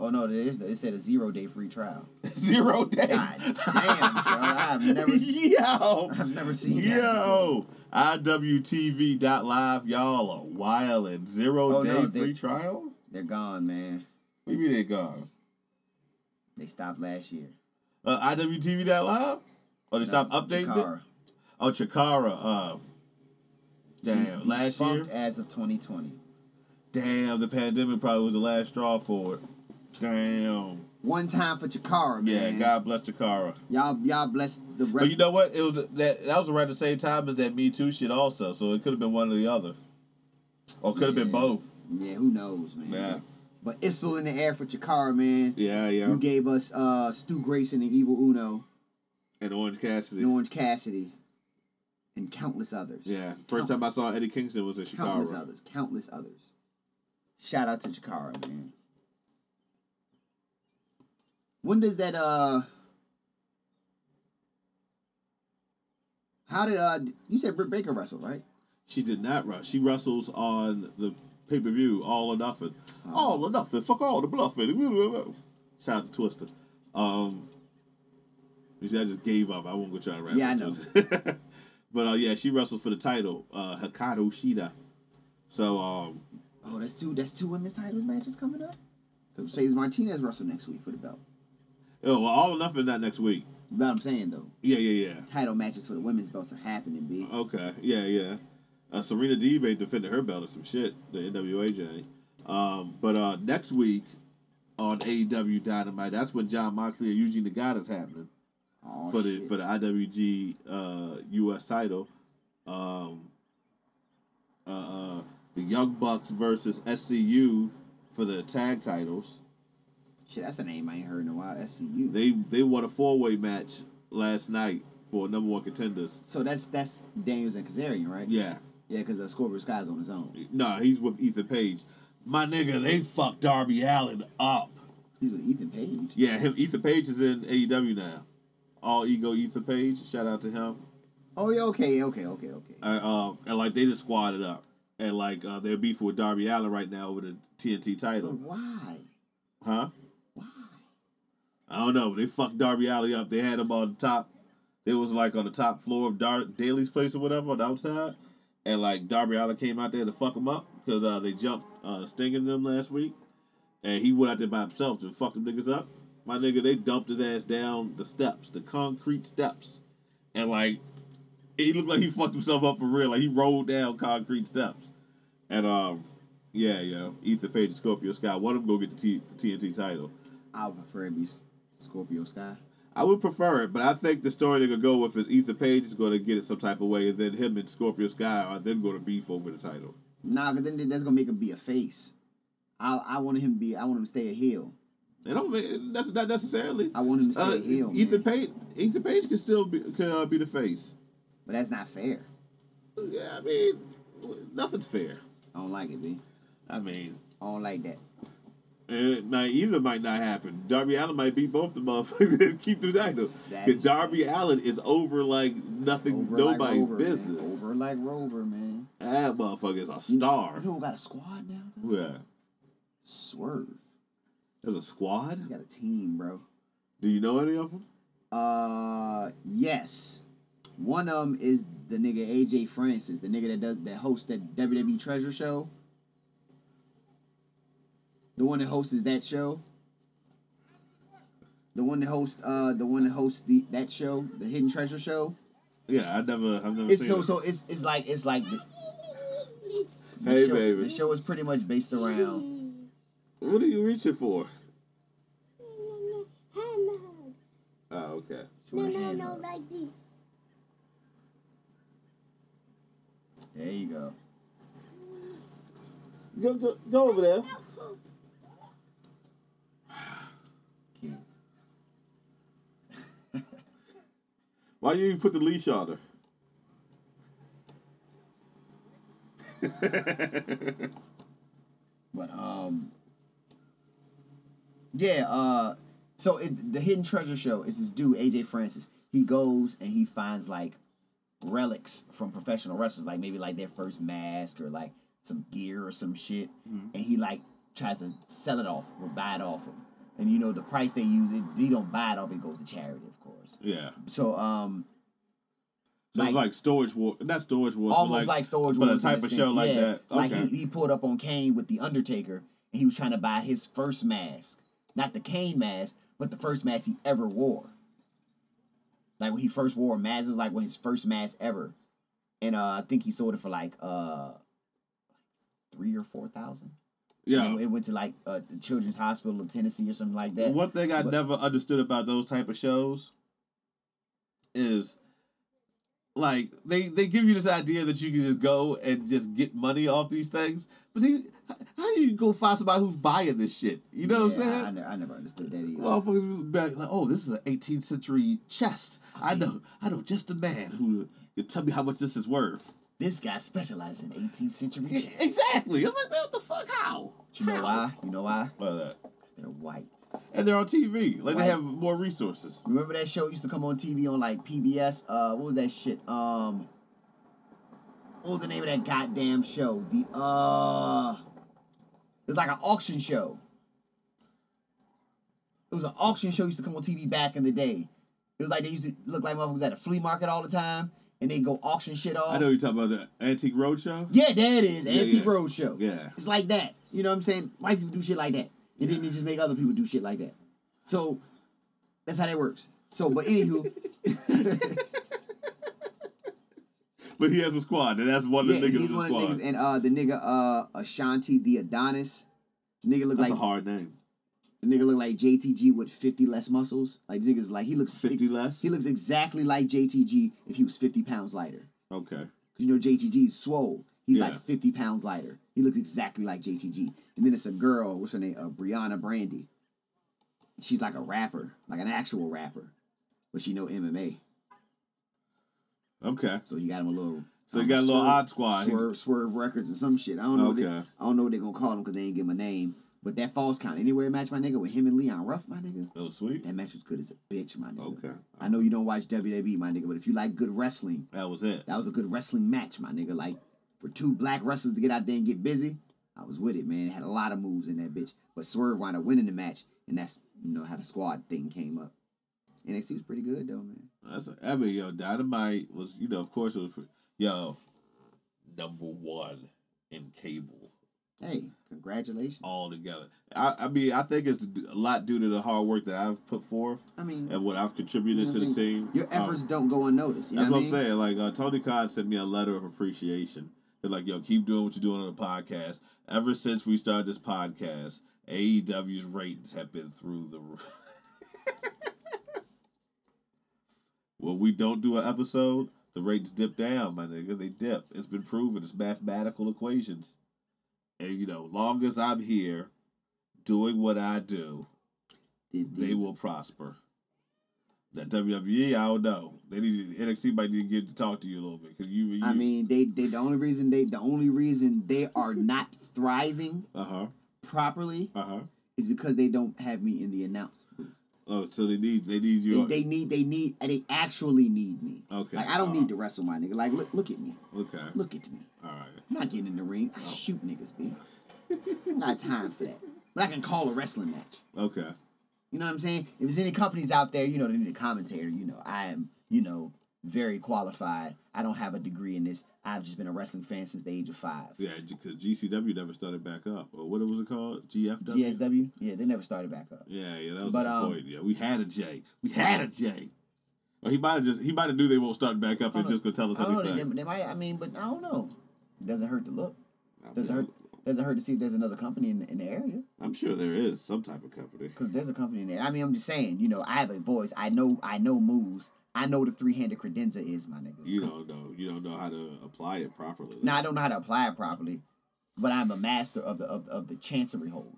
S1: oh no there is it said a zero day free trial
S2: Zero days.
S1: god damn bro, i've never
S2: Yo,
S1: I've never seen that
S2: Yo, IWTV.live. Y'all are wildin'. Zero
S1: Oh,
S2: day
S1: no, they-
S2: free trial.
S1: they're gone man
S2: What do you mean they gone?
S1: They stopped last year.
S2: Uh, IWTV.live? Or Oh, they stopped updating it?
S1: Chikara.
S2: Oh, Chikara. Uh,
S1: Mm-hmm.
S2: damn, last year.
S1: Defunct as of 2020.
S2: Damn, the pandemic probably was the last straw for it. Damn.
S1: One time for Chikara,
S2: Yeah,
S1: man.
S2: God bless Chikara.
S1: Y'all, y'all bless the rest.
S2: But you know what? It was that that was around the same time as that Me Too shit also, so it could have been one or the other, or could have been
S1: Yeah.
S2: both.
S1: yeah, who knows, man.
S2: Yeah.
S1: But it's still in the air for Chikara, man.
S2: Yeah, yeah.
S1: You gave us uh, Stu Grayson and Evil Uno
S2: And Orange Cassidy.
S1: and Orange Cassidy. and countless others.
S2: Yeah, first time I saw Eddie Kingston was in
S1: countless
S2: Chicago.
S1: others, countless others. Shout out to Chikara, man. When does that uh? How did uh? You said Britt Baker wrestle, right?
S2: She did not wrestle. She wrestles on the pay per view All or Nothing.
S1: Uh-huh.
S2: All or Nothing. Fuck all the bluffing. Shout out to Twister. Um, you see, I just gave up. I won't go try to write.
S1: Yeah, I
S2: know. but uh, yeah, she wrestles for the title. Uh, Hikaru Shida. So um,
S1: Oh, that's two. That's two women's titles matches coming up. Cause Mercedes Martinez wrestle next week for the belt.
S2: oh, well, All or Nothing that next week.
S1: You know what I'm saying though?
S2: Yeah, yeah, yeah.
S1: Title matches for the women's belts are happening, big.
S2: Okay, yeah, yeah. Uh, Serena Deeb ain't defended her belt or some shit, the NWA Jane. Um, but uh, next week on AEW Dynamite, that's when John Moxley and Eugene Nagata is happening
S1: Oh,
S2: for the
S1: shit.
S2: for the IWG uh, US title. Um, uh, uh, the Young Bucks versus SCU for the tag titles.
S1: shit, that's a name I ain't heard in a while. SCU.
S2: They they won a four way match last night for number one contenders.
S1: so that's that's Daniels and Kazarian, right?
S2: Yeah,
S1: Yeah, because uh, Scorpio Sky's on his own.
S2: No, he's with Ethan Page. My nigga, they fucked Darby Allen up.
S1: He's with Ethan Page.
S2: Yeah, him, Ethan Page is in AEW now. All ego Ethan Page. Shout out to him.
S1: Oh yeah, okay, okay, okay, okay.
S2: Uh, um, and like they just squatted up, and like uh, they're beefing with Darby Allen right now over the TNT
S1: but
S2: title,
S1: why?
S2: huh?
S1: Why?
S2: I don't know. They fucked Darby Alley up. They had him on the top. It was like on the top floor of Dar- Daly's place or whatever on the outside, and like Darby Alley came out there to fuck him up because uh, they jumped uh, stinging them last week, and he went out there by himself to fuck them niggas up. My nigga, they dumped his ass down the steps, the concrete steps, and like he looked like he fucked himself up for real. Like he rolled down concrete steps, and um, yeah, yo, Ethan Page and Scorpio Sky, one of them go get the T- TNT title.
S1: I would prefer it be S- Scorpio Sky.
S2: I would prefer it, but I think the story they're gonna go with is Ethan Page is gonna get it some type of way, and then him and Scorpio Sky are then gonna beef over the title.
S1: Nah, because then that's gonna make him be a face. I I want him to be. I want him to stay a heel.
S2: And I'm that's not necessarily.
S1: I want him to stay
S2: Uh,
S1: a heel. man.
S2: Ethan Page, Ethan Page can still be can, uh, be the face.
S1: but that's not fair.
S2: Yeah, I mean, nothing's fair.
S1: I don't like it, B.
S2: I mean,
S1: I don't like that.
S2: it might either might not happen. Darby Allen might beat both the motherfuckers and keep the title.
S1: That
S2: Because
S1: is-
S2: Darby Allen is over like nothing,
S1: Over like
S2: nobody's
S1: Rover,
S2: business.
S1: Man. Over like Rover, man.
S2: That motherfucker is a star.
S1: You know who got a squad now? Though?
S2: Yeah,
S1: Swerve.
S2: there's a squad.
S1: He got a team, bro.
S2: Do you know any of them?
S1: Uh, yes. One of them is the nigga AJ Francis, the nigga that does that hosts that WWE Treasure Show. The one that hosts that show. The one that hosts uh the one that hosts the that show, the Hidden Treasure Show.
S2: Yeah, I never, I've never
S1: It's
S2: seen
S1: so
S2: it.
S1: so it's it's like it's like the, the
S2: Hey,
S1: show,
S2: baby.
S1: The show is pretty much based around
S2: What are you reaching for? Oh, okay.
S1: She wanna hand hug.
S3: like this.
S1: There you go.
S2: Go, go, go over there.
S1: Kids.
S2: Why you even put the leash on her?
S1: But um, yeah. Uh, so it, the Hidden Treasure Show is this dude AJ Francis. He goes and he finds like relics from professional wrestlers, like maybe like their first mask or like some gear or some shit, and he like tries to sell it off or buy it off him. And you know the price they use it, they don't buy it off. It goes to charity, of course.
S2: Yeah.
S1: So um,
S2: So it's
S1: Like-
S2: like storage war, not storage war,
S1: almost
S2: but
S1: like, storage
S2: but
S1: wars
S2: a
S1: in
S2: type of
S1: sense,
S2: show like
S1: yeah.
S2: that.
S1: Like
S2: Okay.
S1: he, he pulled up on Kane with the Undertaker, and he was trying to buy his first mask, not the Kane mask, but the first mask he ever wore. Like when he first wore a mask, it was like when his first mask ever, and uh, I think he sold it for like uh three or four thousand.
S2: yeah.
S1: it went to like uh, the Children's Hospital of Tennessee or something like that.
S2: One thing I
S1: but-
S2: never understood about those type of shows is like they they give you this idea that you can just go and just get money off these things, but these, how- how do you go find somebody who's buying this shit? You know what I'm
S1: Yeah,
S2: saying?
S1: I, I, never, I never understood that either.
S2: Motherfuckers was back like, oh, this is an 18th century chest. I know, I know, just a man who You tell me how much this is worth.
S3: This guy specialized in 18th century
S2: E-
S3: shit.
S2: Exactly. I'm like, man, what the fuck? How?
S3: But you know why? You know why?
S2: Why that?
S3: Because they're white.
S2: And they're on TV. Like
S3: Right.
S2: they have more resources.
S3: Remember that show used to come on TV on like PBS? Uh, what was that shit? Um, what was the name of that goddamn show? The uh, it was like an auction show. It was an auction show used to come on TV back in the day. It was like they used to look like motherfuckers at a flea market all the time, and they go auction shit off.
S2: I know you're talking about the Antique Roadshow.
S3: Yeah, there it is.
S2: Yeah,
S3: Antique
S2: yeah.
S3: Roadshow.
S2: Yeah.
S3: It's like that. You know what I'm saying? White people do shit like that. And then they just make other people do shit like that. So that's how that works. So, but anywho,
S2: But he has a squad, and that's one of
S1: Yeah,
S2: the niggas
S1: he's
S2: in the
S1: one of the
S2: squad.
S1: niggas, and uh, the nigga uh, Ashanti the Adonis, nigga look
S2: that's a
S1: like
S2: hard name.
S1: the nigga look like JTG with fifty less muscles. Like the niggas like he looks
S2: 50 less?
S1: He looks exactly like JTG if he was fifty pounds lighter.
S2: Okay.
S1: Cause you know JTG's swole. He's
S2: Yeah.
S1: like fifty pounds lighter. He looks exactly like JTG. And then it's a girl. What's her name? Uh, Brianna Brandy. She's like a rapper, like an actual rapper, but she know MMA.
S2: Okay.
S1: So he got him a little.
S2: So he
S1: um,
S2: got a little
S1: swerve-
S2: odd squad.
S1: Swerve, swerve records and some shit. I don't know. What they,
S2: Okay.
S1: I don't know what they're gonna call him because they ain't give him a name. But that false count anywhere match, my nigga, with him and Leon Ruff, my nigga.
S2: That was sweet.
S1: That match was good as a bitch, my nigga.
S2: Okay.
S1: I know you don't watch WWE, my nigga, but if you like good wrestling,
S2: That was it.
S1: that was a good wrestling match, my nigga. Like for two black wrestlers to get out there and get busy, I was with it, man. It had a lot of moves in that bitch. But Swerve wound up winning the match, and that's you know how the squad thing came up. NXT was pretty good though, man.
S2: That's I mean, yo, Dynamite was, you know, of course it was, pre- yo, number one in cable
S1: Hey, congratulations.
S2: all together. I, I mean, I think it's a lot due to the hard work that I've put forth
S1: I mean,
S2: and what I've contributed to
S1: You know
S2: the
S1: what I'm
S2: team.
S1: Your
S2: Um,
S1: efforts don't go unnoticed. You
S2: That's
S1: know
S2: what
S1: what,
S2: I'm
S1: I mean?
S2: saying. Like uh, Tony Khan sent me a letter of appreciation. They're like, "Yo, keep doing what you're doing on the podcast. Ever since we started this podcast, AEW's ratings have been through the roof." when we don't do an episode, the ratings dip down, my nigga. They dip. It's been proven. It's mathematical equations. And you know, long as I'm here doing what I do,
S1: Did- did-
S2: they will prosper. That WWE, I don't know. They need NXT might need to get to talk to you a little bit because you, you.
S1: I mean, they, they the only reason they the only reason they are not thriving
S2: uh huh,
S1: properly
S2: uh huh.
S1: is because they don't have me in the announce. booth.
S2: Oh, so they need they need
S1: They,
S2: you.
S1: they need they need they actually need me.
S2: Okay.
S1: Like I don't need
S2: Uh,
S1: to wrestle my nigga. Like look look at me.
S2: okay,
S1: Look at me.
S2: all right.
S1: I'm not getting in the ring.
S2: Oh.
S1: I shoot niggas, bitch. not time for that. But I can call a wrestling match.
S2: Okay,
S1: You know what I'm saying? If there's any companies out there, you know, they need a commentator. You know, I am, you know, very qualified. I don't have a degree in this. I've just been a wrestling fan since the age of five.
S2: yeah, because GCW never started back up. Or what was it called? GFW.
S1: GXW? Yeah, they never started back up.
S2: Yeah, yeah, that was
S1: But, um,
S2: disappointing. yeah, we had a J. We had a J. Well, he might have just he might have knew they won't start back up and
S1: don't
S2: just gonna tell us
S1: I don't know. They,
S2: everything.
S1: they might, I mean, but I don't know. It doesn't hurt to look.
S2: I mean,
S1: Doesn't hurt. Doesn't hurt to see if there's another company in, in the area.
S2: I'm sure there is some type of company.
S1: Because there's a company in there. I mean, I'm just saying, you know, I have a voice. I know I know moves. I know what a three-handed credenza is, my nigga.
S2: You don't know. You don't know how to apply it properly.
S1: Now, I don't know how to apply it properly, but I'm a master of the of, of the chancery hold.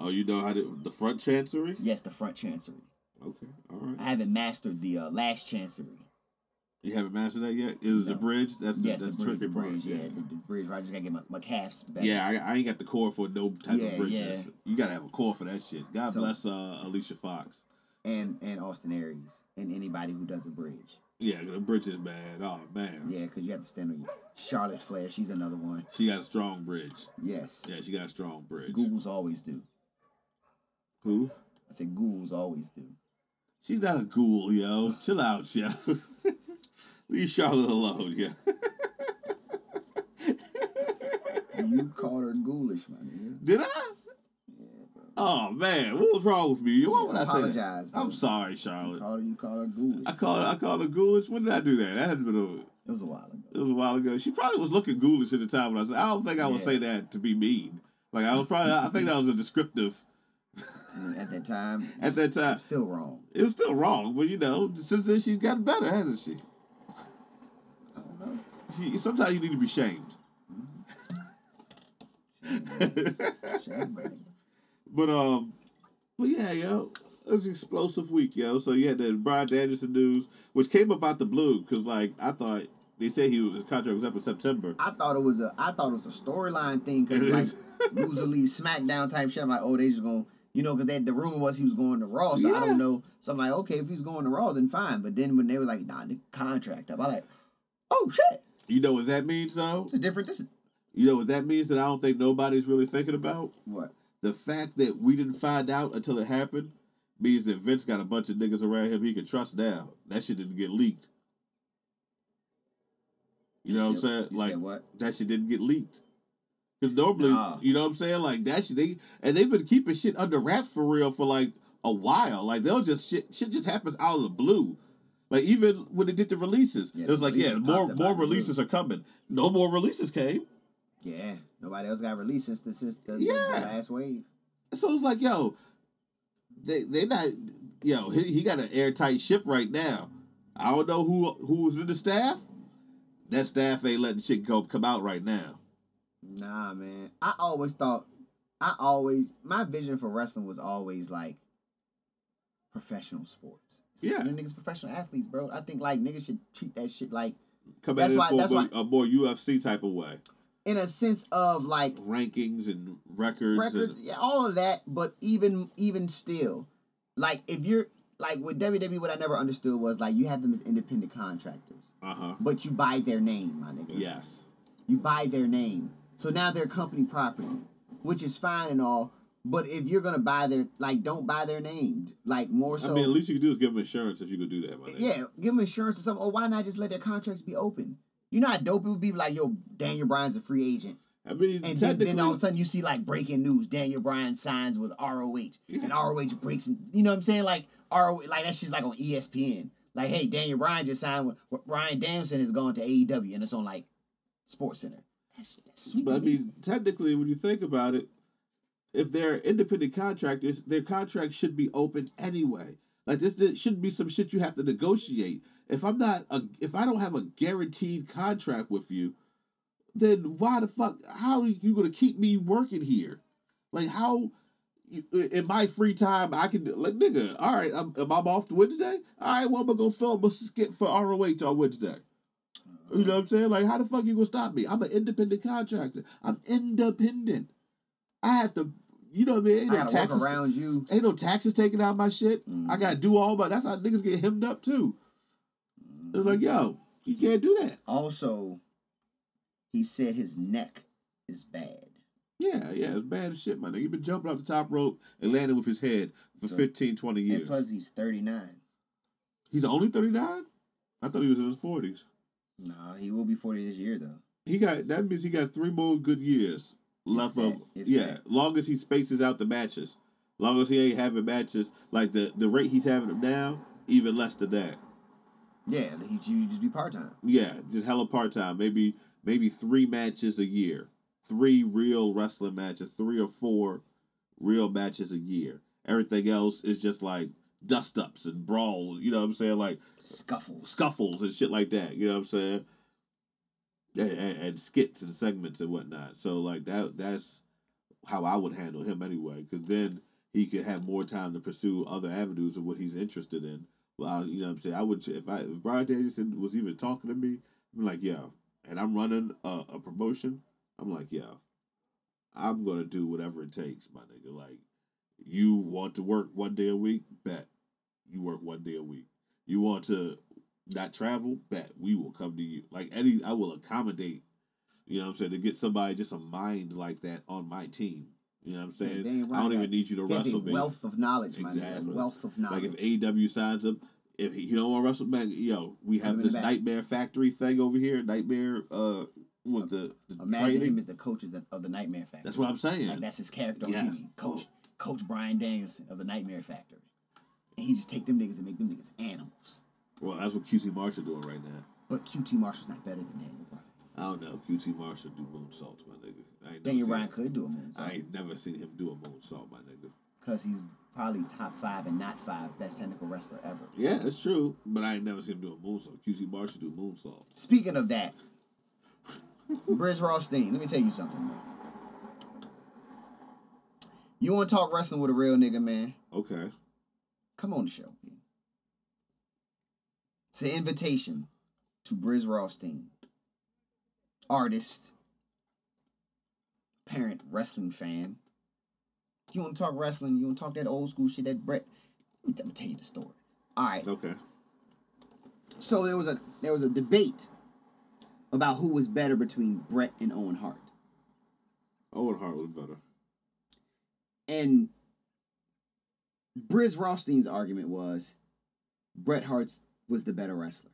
S2: Oh, you know how to the front chancery?
S1: Yes, the front chancery.
S2: Okay, all right.
S1: I haven't mastered the uh, last chancery.
S2: You haven't mastered that yet. Is it the
S1: No.
S2: bridge? That's the,
S1: yes, the
S2: that's
S1: bridge, the
S2: tricky part.
S1: bridge, yeah,
S2: yeah.
S1: the, the bridge. Where I just gotta get my, my calves back.
S2: Yeah, I, I ain't got the core for no type
S1: Yeah,
S2: of bridges. You gotta have a core for that shit. God
S1: So-
S2: bless uh, Alicia Fox.
S1: and and Austin Aries and anybody who does a bridge.
S2: Yeah, the bridges, man. Oh man,
S1: Yeah, because you have to stand on your Charlotte Flair. She's another one.
S2: she got a strong bridge.
S1: Yes,
S2: Yeah, she got a strong bridge.
S1: ghouls always do.
S2: Who?
S1: I said ghouls always do.
S2: She's not a ghoul, yo. Chill out, yo. Leave Charlotte alone, yo.
S1: You called her ghoulish, my nigga.
S2: Did I?
S1: Yeah, bro.
S2: Oh man, what was wrong with me? Why would I say that?
S1: Apologize, bro.
S2: I'm sorry,
S1: You
S2: Charlotte.
S1: called her. You called her ghoulish.
S2: I called I called her ghoulish. When did I do that? That had been
S1: It was a while
S2: a, it
S1: ago.
S2: was a while ago. She probably was looking ghoulish at the time when I said. I don't think I would
S1: Yeah.
S2: say that to be mean. Like I was probably I think that was a descriptive
S1: And at that time,
S2: at that time.
S1: still wrong.
S2: It was still wrong, but you know, since then she's gotten better, hasn't she?
S1: I don't know.
S2: she sometimes you need to be shamed.
S1: Shame, man.
S2: But um, but yeah, yo, it was an explosive week, yo. So you had the Brian Anderson news, which came about the blue, because like I thought They say he his contract was up in September.
S1: I thought it was a I thought it was a storyline thing because like loser leaves SmackDown type shit. I'm like, oh, they just gonna you know because that the rumor was he was going to Raw, so I
S2: Yeah.
S1: don't know. So I'm like, okay, if he's going to Raw, then fine. But then when they were like, nah, the contract up, I like, oh shit,
S2: You know what that means though?
S1: it's a different. This is
S2: You know what that means that I don't think nobody's really thinking about?
S1: what
S2: The fact that we didn't find out until it happened means that Vince got a bunch of niggas around him he can trust now. That shit didn't get leaked. You know what I'm
S1: said-
S2: saying?
S1: you
S2: like
S1: said what?
S2: that shit didn't get leaked. Cause normally,
S1: Nah.
S2: you know what I'm saying? Like that shit, they and they've been keeping shit under wraps for real for like a while. Like they'll just shit, shit just happens out of the blue. Like even when they did the releases,
S1: Yeah,
S2: it was
S1: the
S2: like, yeah,
S1: releases
S2: more
S1: popped up out
S2: more
S1: of the blue.
S2: releases are coming. No more releases came.
S1: Yeah, nobody else got released since the, since the, the- the
S2: Yeah.
S1: last wave.
S2: So it's like, yo, they they not, yo, he, he got an airtight ship right now. I don't know who who was in the staff. That staff ain't letting shit go come out right now.
S1: Nah, man. I always thought, I always, my vision for wrestling was always like professional sports. It's like,
S2: Yeah.
S1: you niggas professional athletes, bro. I think like niggas should treat that shit like
S2: Come
S1: That's
S2: at it
S1: why-
S2: for
S1: that's
S2: a,
S1: why-
S2: more, a more UFC type of way,
S1: in a sense of like
S2: rankings and records.
S1: record,
S2: and,
S1: yeah, all of that. But even even still, like if you're like with WWE, what I never understood was like you have them as independent contractors,
S2: uh huh.
S1: but you buy their name, my nigga.
S2: Yes.
S1: You buy their name. So now they're company property, which is fine and all. But if you're gonna buy their like, don't buy their name. Like more so,
S2: I mean, at least you can do is give them insurance if you could do that. My nigga.
S1: yeah, give them insurance or something. Or why not just let their contracts be open? You know how dope it would be like, yo, Daniel Bryan's a free agent,
S2: I mean,
S1: and then,
S2: technically,
S1: then all of a sudden you see like breaking news: Daniel Bryan signs with ROH, and ROH breaks. You know what I'm saying? Like ROH, like that shit's like on E ESPN. Like, hey, Daniel Bryan just signed with Ryan Danielson is going to AEW, and it's on like Sports Center. That shit, that's sweet.
S2: but I
S1: to me.
S2: mean, technically, when you think about it, if they're independent contractors, their contract should be open anyway. Like this, this should be some shit you have to negotiate. If I'm not a, if I don't have a guaranteed contract with you, then why the fuck? How you gonna keep me working here? Like how? you- In my free time, I can do like nigga. All right, I'm, am I off Wednesday? All right, well I'm gonna go film a skit for ROH on Wednesday. You know what I'm saying? Like, how the fuck you gonna stop me? I'm an independent contractor. I'm independent. I have to, you know what I mean? Ain't
S1: I
S2: no,
S1: gotta
S2: taxes,
S1: work around Mm. you.
S2: ain't no taxes taking out my shit. I gotta do all my. That's how niggas get hemmed up too. It's like, yo, you can't do that.
S1: Also, he said his neck is bad.
S2: Yeah, yeah, it's bad as shit, my nigga. He been jumping off the top rope and landing with his head for
S1: So-
S2: fifteen, twenty 15, 20
S1: And
S2: years.
S1: plus, he's 39.
S2: He's only 39? I thought he was in his 40s.
S1: Nah, he will be 40 this year, though.
S2: He got that means he got three more good years left
S1: that-
S2: of
S1: if
S2: yeah.
S1: that.
S2: Long as he spaces out the matches, long as he ain't having matches like the the rate he's having them now, even less than that.
S1: Yeah, he should just be part time.
S2: Yeah, just hella part time. Maybe maybe three matches a year, three real wrestling matches, three or four real matches a year. Everything else is just like dust ups and brawls. You know what I'm saying? Like
S1: Scuffles.
S2: scuffles and shit like that. You know what I'm saying? And, and, and skits and segments and whatnot. So like that that's how I would handle him anyway, because then he could have more time to pursue other avenues of what he's interested in. Well, I, you know what I'm saying? I would if I if Brian Danielson was even talking to me, I'm like, yo, and I'm running a, a promotion. I'm like, yo, I'm gonna do whatever it takes, my nigga. Like, you want to work one day a week? Bet you work one day a week. You want to not travel, bet we will come to you. Like any, I will accommodate. You know what I'm saying? To get somebody just a mind like that on my team. You know what
S1: Yeah,
S2: I'm saying?
S1: Daniel
S2: I don't
S1: Bryan
S2: even
S1: got-
S2: need you to
S1: He has a
S2: wrestle me.
S1: wealth of knowledge, man.
S2: Exactly.
S1: A wealth of
S2: Like
S1: knowledge.
S2: if AEW signs him, if he, he don't want to wrestle back, yo, we
S1: him in
S2: have
S1: the
S2: this
S1: back.
S2: Nightmare Factory thing over here. Nightmare, uh, with the, the
S1: Imagine him
S2: training.
S1: as the coaches of, of the Nightmare Factory.
S2: That's what I'm saying.
S1: Like that's his character on
S2: Yeah.
S1: TV. Coach, Coach Brian Danielson of the Nightmare Factory. And he just take them niggas and make them niggas animals.
S2: well, that's what QT Marshall doing right now.
S1: But QT Marshall's not better than Daniel Bryan.
S2: I don't know. QT Marshall do moonsaults, my nigga. I ain't never
S1: Daniel
S2: seen
S1: Bryan
S2: him-
S1: could do a moonsault.
S2: I ain't never seen him do a moonsault, my nigga.
S1: because he's probably top five and not five best technical wrestler ever.
S2: Yeah, that's true, but I ain't never seen him do a moonsault. QT Marshall do moonsaults.
S1: Speaking of that, Briz Rothstein, let me tell you something, man. You want to talk wrestling with a real nigga, man?
S2: Okay.
S1: Come on the show. man. It's an invitation
S3: to Briz Rothstein, artist, parent wrestling fan. You want to talk wrestling? You want to talk that old school shit? That Brett? Let me, let me tell you the story. All right.
S2: Okay.
S1: So there was a there was a debate about who was better between Brett and Owen Hart.
S2: Owen Hart was better.
S1: And Briz Rothstein's argument was Bret Hart's was the better wrestler.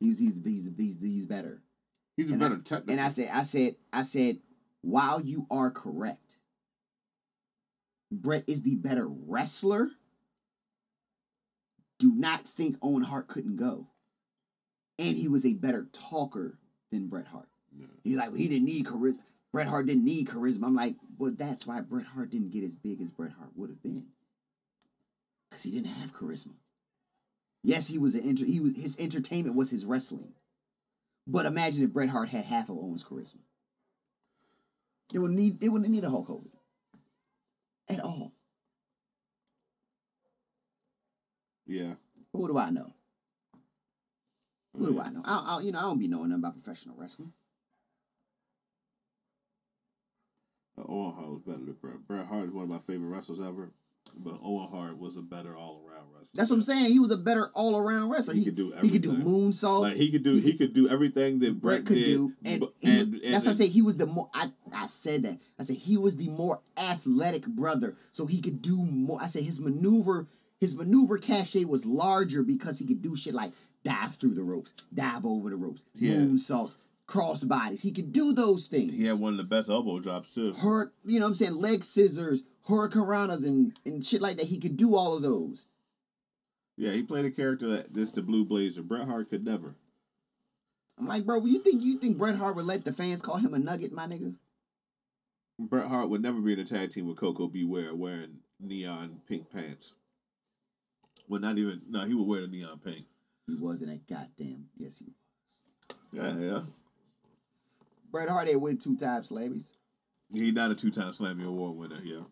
S1: He's he's the he's the he's, the, he's better.
S2: He's a
S1: And
S2: better
S1: I-
S2: technical.
S1: And I said I said I said while you are correct, Bret is the better wrestler. Do not think Owen Hart couldn't go. And he was a better talker than Bret Hart.
S2: Yeah.
S1: He's like, well, he didn't need charisma. Bret Hart didn't need charisma. I'm like, well, that's why Bret Hart didn't get as big as Bret Hart would have been, because he didn't have charisma. Yes, he was an enter- he was his entertainment was his wrestling, but imagine if Bret Hart had half of Owen's charisma. It would need it wouldn't need a Hulk Hogan at all.
S2: yeah.
S1: But what do I know? What do
S2: Yeah.
S1: I know? I, I you know I don't be knowing nothing about professional wrestling.
S2: Uh, Owen Hart was better than Bret. Bret Hart is one of my favorite wrestlers ever, but Owen Hart was a better all around wrestler.
S1: That's what I'm saying. He was a better all around wrestler.
S2: He could do
S1: He could do
S2: everything.
S1: moonsaults.
S2: Like he could do, he could do everything that Bret
S1: Brett could
S2: did,
S1: do, and,
S2: bu-
S1: he was- that's why I say he was the more. I, I said that. I said he was the more athletic brother, so he could do more. I said his maneuver, his maneuver cachet was larger because he could do shit like dive through the ropes, dive over the ropes,
S2: Yeah.
S1: moonsaults, cross bodies. He could do those things.
S2: he had one of the best elbow drops too.
S1: Hur, you know what I'm saying? Leg scissors, hurricanranas, and and shit like that. He could do all of those.
S2: Yeah, he played a character that this the Blue Blazer. Bret Hart could never.
S1: I'm like, bro, you think you think Bret Hart would let the fans call him a nugget, my nigga?
S2: Bret Hart would never be in a tag team with Coco Beware wearing neon pink pants. Well, not even no, he would wear the neon pink.
S1: He wasn't a goddamn. Yes, he
S2: Yeah, yeah.
S1: Bret Hart had win two times, slavies.
S2: He's not a two time Slammy Award winner, yeah.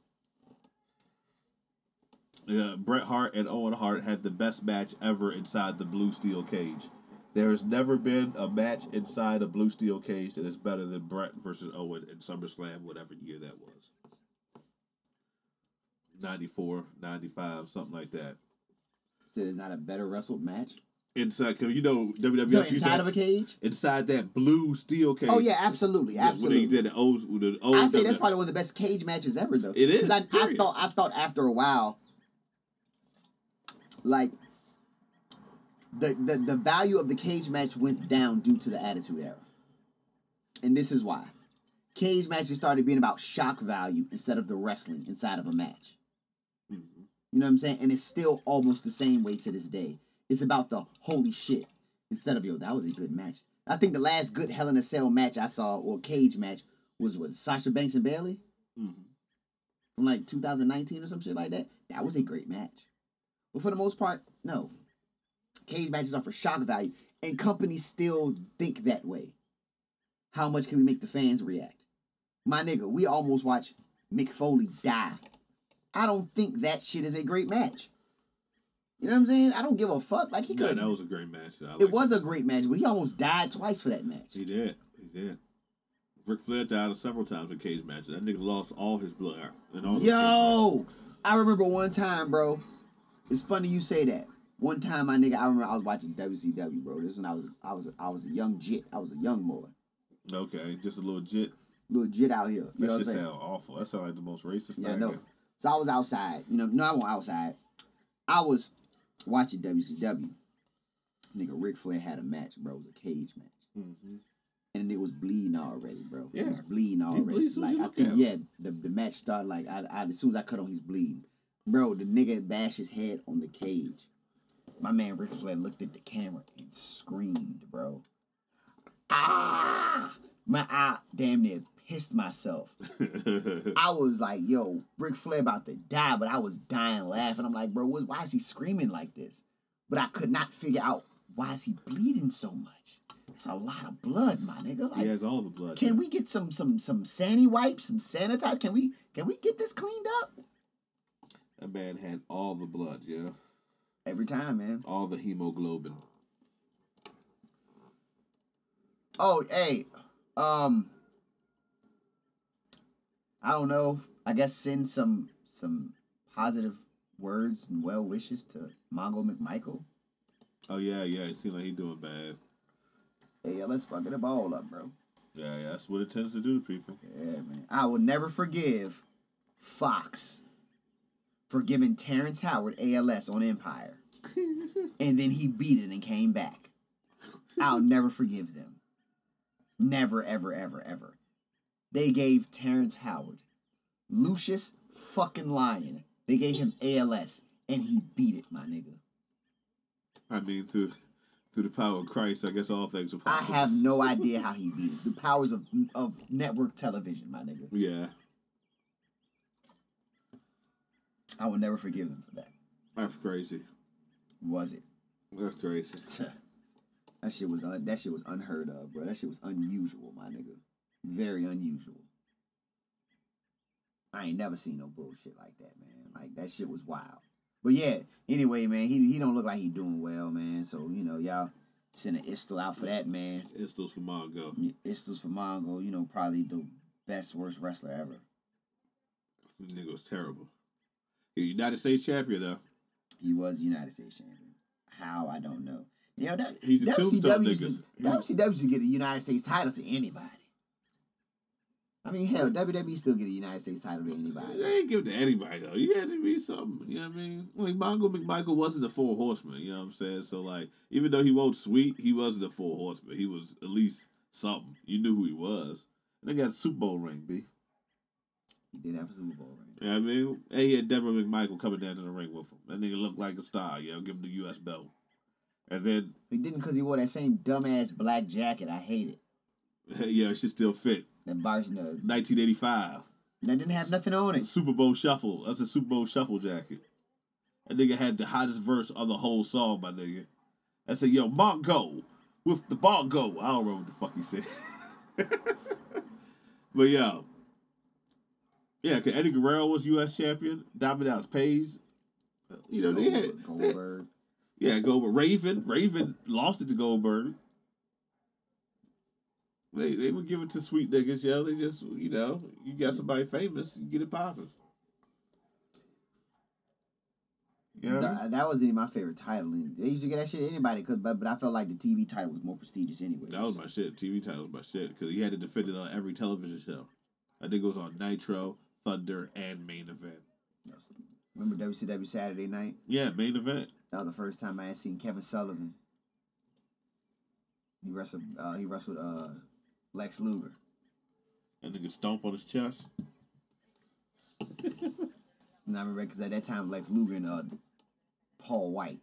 S2: Yeah, Bret Hart and Owen Hart had the best match ever inside the blue steel cage. There has never been a match inside a blue steel cage that is better than Bret versus Owen in SummerSlam, whatever year that was. 94, 95, something like that.
S1: So there's not a better wrestled match.
S2: Inside, 'cause you know, WWF
S1: So
S2: used to
S1: inside
S2: have-
S1: of a cage.
S2: inside that blue steel cage.
S1: Oh yeah, absolutely,
S2: Yeah, when they
S1: absolutely.
S2: did the old, the old
S1: I say that's
S2: WWF.
S1: probably one of the best cage matches ever, though.
S2: It is,
S1: 'Cause I, I
S2: period.
S1: thought I thought after a while, like the, the the value of the cage match went down due to the Attitude Era, and this is why cage matches started being about shock value instead of the wrestling inside of a match.
S2: Mhm.
S1: You know what I'm saying? And it's still almost the same way to this day. It's about the holy shit instead of yo, that was a good match. I think the last good Hell in a Cell match I saw or cage match was with Sasha Banks and Bailey
S2: Mhm.
S1: from like 2019 or some shit like that. That was a great match. But for the most part, no. Cage matches are for shock value, and companies still think that way. How much can we make the fans react? My nigga, we almost watched Mick Foley die. I don't think that shit is a great match. You know what I'm saying? I don't give a fuck. Like he
S2: Yeah,
S1: could.
S2: that was a great match. I
S1: it
S2: liked
S1: was a great match, but he almost died twice for that match.
S2: He did. He did. Ric Flair died several times in cage matches. That nigga lost all his blood and all. his
S1: Yo, I remember one time, bro. It's funny you say that. One time, my nigga, I remember I was watching WCW, bro. This when I was, I was, I was a young jit. I was a young boy,
S2: cage matches. Okay, just a little jit.
S1: little jit out here. You
S2: That
S1: know what I'm
S2: shit
S1: saying?
S2: sound awful. That sound like the most racist
S1: Yeah, I
S2: thing.
S1: know. So I was outside. You know, no, I wasn't outside. I was watching WCW. Nigga, Ric Flair had a match, bro. It was a cage match.
S2: Mhm.
S1: and it was bleeding already, bro.
S2: Yeah.
S1: It was bleeding already.
S2: bleeds as soon as
S1: Like
S2: you
S1: I
S2: look
S1: think,
S2: at him.
S1: yeah, the, the match started like I, I as soon as I cut on, he's bleeding, bro. The nigga bashed his head on the cage. My man Ric Flair looked at the camera and screamed, bro. Ah! My I damn near pissed myself. I was like, yo, Ric Flair about to die, but I was dying laughing. I'm like, bro, what, why is he screaming like this? But I could not figure out why is he bleeding so much. That's a lot of blood, my nigga. Like,
S2: he has all the blood.
S1: can we get some some some sandy wipes, some sanitize? Can we can we get this cleaned up?
S2: That man had all the blood. Yeah,
S1: Every time, man.
S2: all the hemoglobin.
S1: Oh, hey, um, I don't know. I guess send some some positive words and well wishes to Mongo McMichael.
S2: Oh yeah, yeah. It seems like he doing bad.
S1: Hey, yo, let's fucking the ball up, bro.
S2: Yeah, yeah, that's what it tends to do to people.
S1: Yeah, man. I will never forgive Fox for giving Terrence Howard ALS on Empire, and then he beat it and came back. I'll never forgive them. Never, ever, ever, ever. They gave Terrence Howard, Lucius fucking Lion. They gave him ALS, and he beat it, my nigga.
S2: I mean, through through the power of Christ, I guess all things are
S1: I
S2: possible.
S1: have no idea how he beat it. The powers of of network television, my nigga.
S2: Yeah.
S1: I will never forgive them for that.
S2: That's crazy.
S1: Was it?
S2: That's crazy.
S1: That shit was un- that shit was unheard of, bro. That shit was unusual, my nigga. Very unusual. I ain't never seen no bullshit like that, man. Like that shit was wild. But yeah, anyway, man, he he don't look like he doing well, man. So you know, y'all send an istel out for that, man.
S2: It's those for Mongo.
S1: Istels for Mongo, you know, probably the best worst wrestler ever.
S2: This nigga was terrible. He United States champion though.
S1: He was United States champion. How I don't know. Yo, that
S2: He's a tombstone
S1: WCW
S2: niggas.
S1: should, WCW should get a United States title to anybody. I mean, hell, WWE still get a United States title to anybody.
S2: They ain't give it to anybody though. You had to be something. You know what I mean? Like Mongo McMichael wasn't a four horseman. You know what I'm saying? So like, even though he won't sweet, he wasn't a four horseman. He was at least something. You knew who he was. And they got a Super Bowl ring, b.
S1: He did have a Super Bowl ring.
S2: You know what I mean? And he had Deborah McMichael coming down to the ring with him. That nigga looked like a star. You know, give him the U.S. belt. And then,
S1: He didn't because he wore that same dumbass black jacket. I hate it.
S2: yeah, she still fit.
S1: That bar, no,
S2: 1985.
S1: that didn't have nothing on it.
S2: Super Bowl Shuffle. That's a Super Bowl Shuffle jacket. That nigga had the hottest verse on the whole song, my nigga. I said, yo, Mongo with the bongo. I don't remember what the fuck he said. but yo. Yeah, 'cause Eddie Guerrero was US champion. Diamond Dallas Page. You know, they had,
S1: Goldberg,
S2: they-
S1: Goldberg.
S2: yeah, Goldberg. Raven. Raven lost it to Goldberg. They they would give it to sweet niggas, yo. They just you know, you got somebody famous, you get it popping. Yeah.
S1: Th- that wasn't even my favorite title. And They used to get that shit to anybody, cause but, but I felt like the TV title was more prestigious anyway.
S2: That was my shit. TV title was my shit because he had to defend it on every television show. I think it was on Nitro, Thunder, and Main Event.
S1: Remember WCW Saturday Night?
S2: Yeah, Main Event.
S1: That was the first time I had seen Kevin Sullivan. He wrestled. Uh, he wrestled uh, Lex Luger.
S2: That nigga stomp on his chest.
S1: And I remember because at that time Lex Luger and uh, Paul White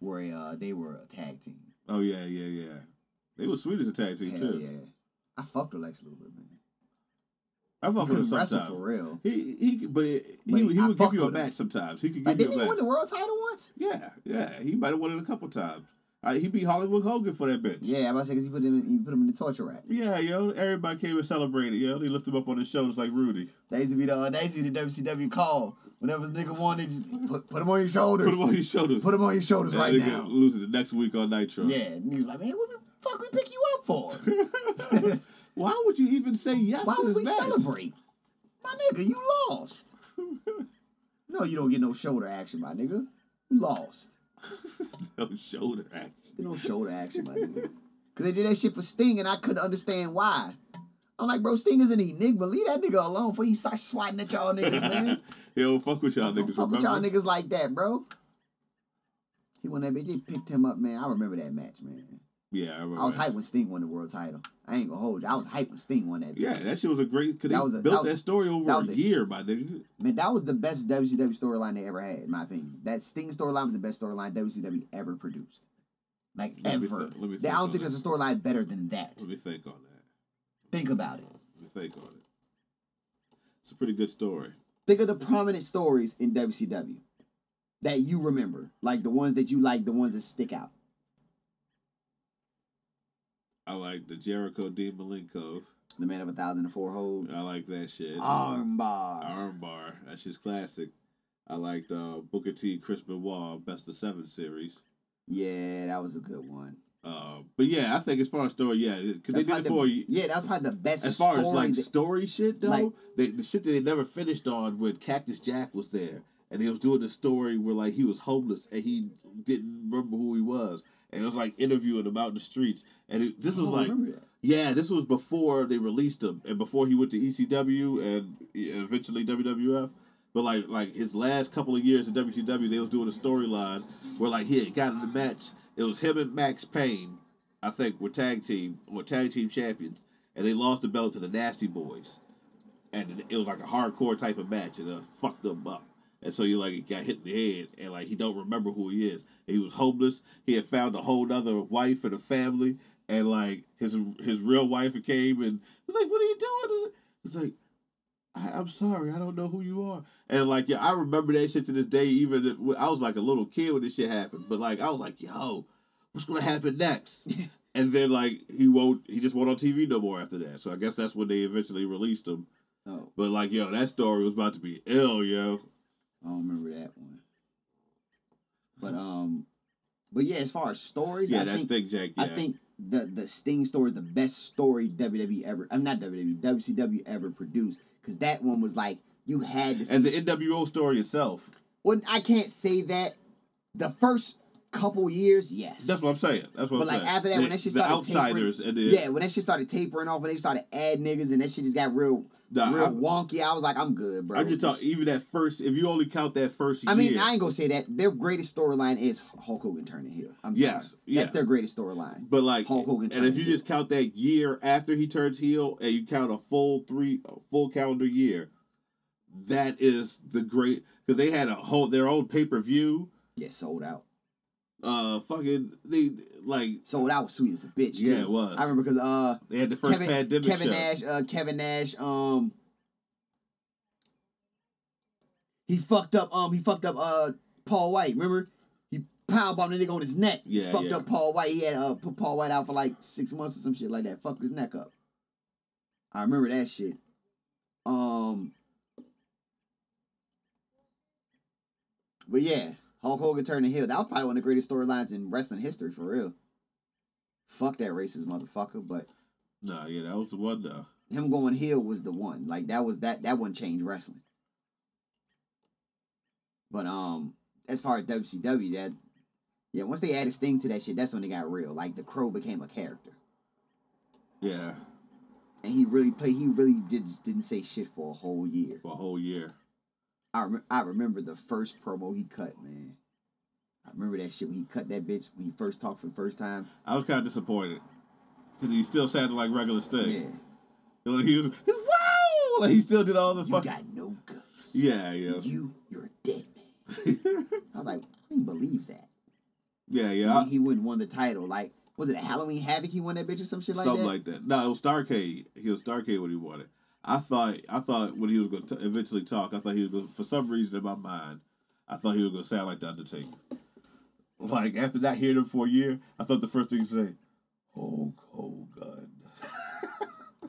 S1: were a, uh, they were a tag team.
S2: Oh yeah, yeah, yeah. They were sweet as a tag team
S1: Hell
S2: too.
S1: yeah! I fucked with Lex Luger, man.
S2: I fuck
S1: He
S2: with him
S1: couldn't wrestle
S2: sometimes.
S1: for real.
S2: He he could, but, he-
S1: But
S2: he, he
S1: I
S2: would
S1: fuck
S2: give you a
S1: with him.
S2: match sometimes. He could give
S1: Like,
S2: you
S1: didn't
S2: a
S1: he
S2: match.
S1: win the world title once?
S2: yeah, yeah. He might have won it a couple times. Uh, he beat Hollywood Hogan for that bitch.
S1: Yeah, I was about to say because he put him in, he put him in the torture rack.
S2: Yeah, yo. Everybody came and celebrated. Yo, they lift him up on his shoulders like Rudy.
S1: That used to be the uh, that used to be the WCW call. Whenever this nigga wanted, just put, put him on your shoulders.
S2: Put him on his shoulders.
S1: Put him on your shoulders
S2: That
S1: right
S2: nigga
S1: now.
S2: Losing the next week on Nitro.
S1: Yeah, and he was like, man, what the fuck we pick you up for?
S2: Why would you even say yes
S1: Why
S2: to
S1: would
S2: this
S1: we
S2: match?
S1: celebrate? My nigga, you lost. no, you don't get no shoulder action, my nigga. You lost.
S2: No shoulder action.
S1: You no shoulder action, my nigga. Cause they did that shit for Sting, and I couldn't understand why. I'm like, bro, Sting is an enigma. Leave that nigga alone before he starts swatting at y'all niggas, man.
S2: He don't fuck with y'all
S1: Don't
S2: niggas.
S1: fuck with y'all
S2: remember?
S1: niggas like that, bro. He won that bitch. They picked him up, man. I remember that match, man.
S2: Yeah, I remember.
S1: I was hyped when Sting won the world title. I ain't gonna hold you. I was hyped when Sting won that. Bitch.
S2: Yeah, that shit was a great. Cause
S1: That
S2: they
S1: was a-
S2: built
S1: that
S2: that,
S1: was-
S2: story over
S1: that was
S2: a
S1: a-
S2: year, my nigga.
S1: Man, that was the best WCW storyline they ever had, in my opinion. That Sting storyline was the best storyline WCW ever produced. Like
S2: Let me
S1: ever.
S2: think- let me
S1: They-
S2: think
S1: I
S2: on
S1: don't think there's a storyline better than that.
S2: Let me think on that.
S1: Think about it.
S2: Let me think on it. It's a pretty good story.
S1: Think of the prominent stories in WCW that you remember. Like the ones that you like, the ones that stick out.
S2: I like the Jericho D Malenko.
S1: The Man of a Thousand and Four Holds.
S2: I like that shit.
S1: Armbar.
S2: Armbar. That's just classic. I liked uh, Booker T, Chris Benoit, Best of Seven series.
S1: Yeah, that was a good one.
S2: Uh, but yeah, I think as far as story, yeah, because they
S1: That's
S2: did it
S1: probably
S2: for
S1: the,
S2: you.
S1: yeah, that's probably the best.
S2: As far as
S1: story
S2: like
S1: that-
S2: story shit though,
S1: like-
S2: they, the shit that they never finished on when Cactus Jack was there, and he was doing the story where like he was homeless and he didn't remember who he was, and it was like interviewing him out in the streets, and it, this was
S1: Oh, I
S2: like,
S1: remember that.
S2: yeah, this was before they released him and before he went to ECW and eventually WWF. But like like his last couple of years at WCW, they was doing a storyline where like he had gotten the match. It was him and Max Payne, I think, were tag team were tag team champions, and they lost the belt to the Nasty Boys, and it- it was like a hardcore type of match, and it fucked them up. And so you like he got hit in the head, and like he don't remember who he is. He was homeless. He had found a whole other wife and a family, and like his his real wife came and was like, "What are you doing?" It's like, I, I'm sorry, I don't know who you are. And like, yeah, I remember that shit to this day. Even if- when I was like a little kid when this shit happened, but like, I was like, yo, what's gonna happen next? and then like, he won't, he just won't on TV no more after that. So I guess that's when they eventually released him.
S1: Oh,
S2: But like, yo, that story was about to be ill, yo.
S1: I don't remember that one. But um, but yeah, as far as stories,
S2: Yeah,
S1: I
S2: that
S1: think
S2: Sting Jack. Yeah.
S1: I think the the Sting story is the best story WWE ever. I'm not E, WWE, WCW ever produced because that one was like you had to. See,
S2: and the NWO story itself.
S1: well, I can't say that. The first couple years, yes.
S2: That's what I'm saying. That's what
S1: But
S2: I'm
S1: like
S2: saying.
S1: after that,
S2: the,
S1: when that shit
S2: the
S1: started
S2: outsiders
S1: tapering,
S2: and the
S1: yeah, when that shit started tapering off, and they started add niggas, and that shit just got real,
S2: Nah,
S1: real
S2: I'm-
S1: wonky. I was like, I'm good, bro.
S2: I'm just talking. Even that first, if you only count that first
S1: I mean,
S2: year,
S1: I ain't gonna say that. Their greatest storyline is Hulk Hogan turning heel. I'm
S2: Yes,
S1: sorry,
S2: yeah.
S1: that's their greatest storyline.
S2: But like,
S1: Hulk Hogan
S2: and if
S1: turned
S2: you
S1: heel.
S2: just count that year after he turns heel, and you count a full three, a full calendar year, that is the great because they had a whole their own pay per view.
S1: yeah, sold out,
S2: Uh, fucking they like
S1: sold out. Was sweet as a bitch.
S2: Yeah,
S1: too.
S2: it was.
S1: I remember because uh,
S2: they had the first
S1: Kevin,
S2: pandemic
S1: Kevin
S2: show.
S1: Nash, uh, Kevin Nash, um, he fucked up, um, he fucked up, uh, Paul White. Remember, he powerbombed the nigga on his neck.
S2: Yeah,
S1: fucked
S2: yeah.
S1: up Paul White. He had uh, put Paul White out for like six months or some shit like that. Fucked his neck up. I remember that shit. Um, but yeah, Hulk Hogan turned heel. That was probably one of the greatest storylines in wrestling history for real. Fuck that racist motherfucker, but
S2: Nah, yeah, that was the one though.
S1: him going heel was the one. Like that was that that one changed wrestling. But um, as far as WCW, that yeah, once they added Sting to that shit, that's when it got real. Like the Crow became a character,
S2: Yeah,
S1: and he really played. He really did just didn't say shit for a whole year.
S2: for a whole year.
S1: I rem- I remember the first promo he cut, man. I remember that shit when he cut that bitch when he first talked for the first time.
S2: I was kind of disappointed because he still sounded like regular Sting.
S1: Yeah,
S2: Like, he was he's wow, like he still did all the
S1: you
S2: fucking
S1: got no guts.
S2: yeah, yeah,
S1: you you're a dead man. I was like, I didn't believe that.
S2: yeah, yeah.
S1: I mean, he wouldn't won the title. Like, was it a Halloween Havoc? He won that bitch or some shit like
S2: something
S1: that.
S2: like that. No, it was Starcade. He was Starcade when he won it. I thought I thought when he was going to eventually talk, I thought he was going for some reason in my mind, I thought he was going to sound like the Undertaker. Like after not hearing him for a year, I thought the first thing he say, "Hulk Hogan,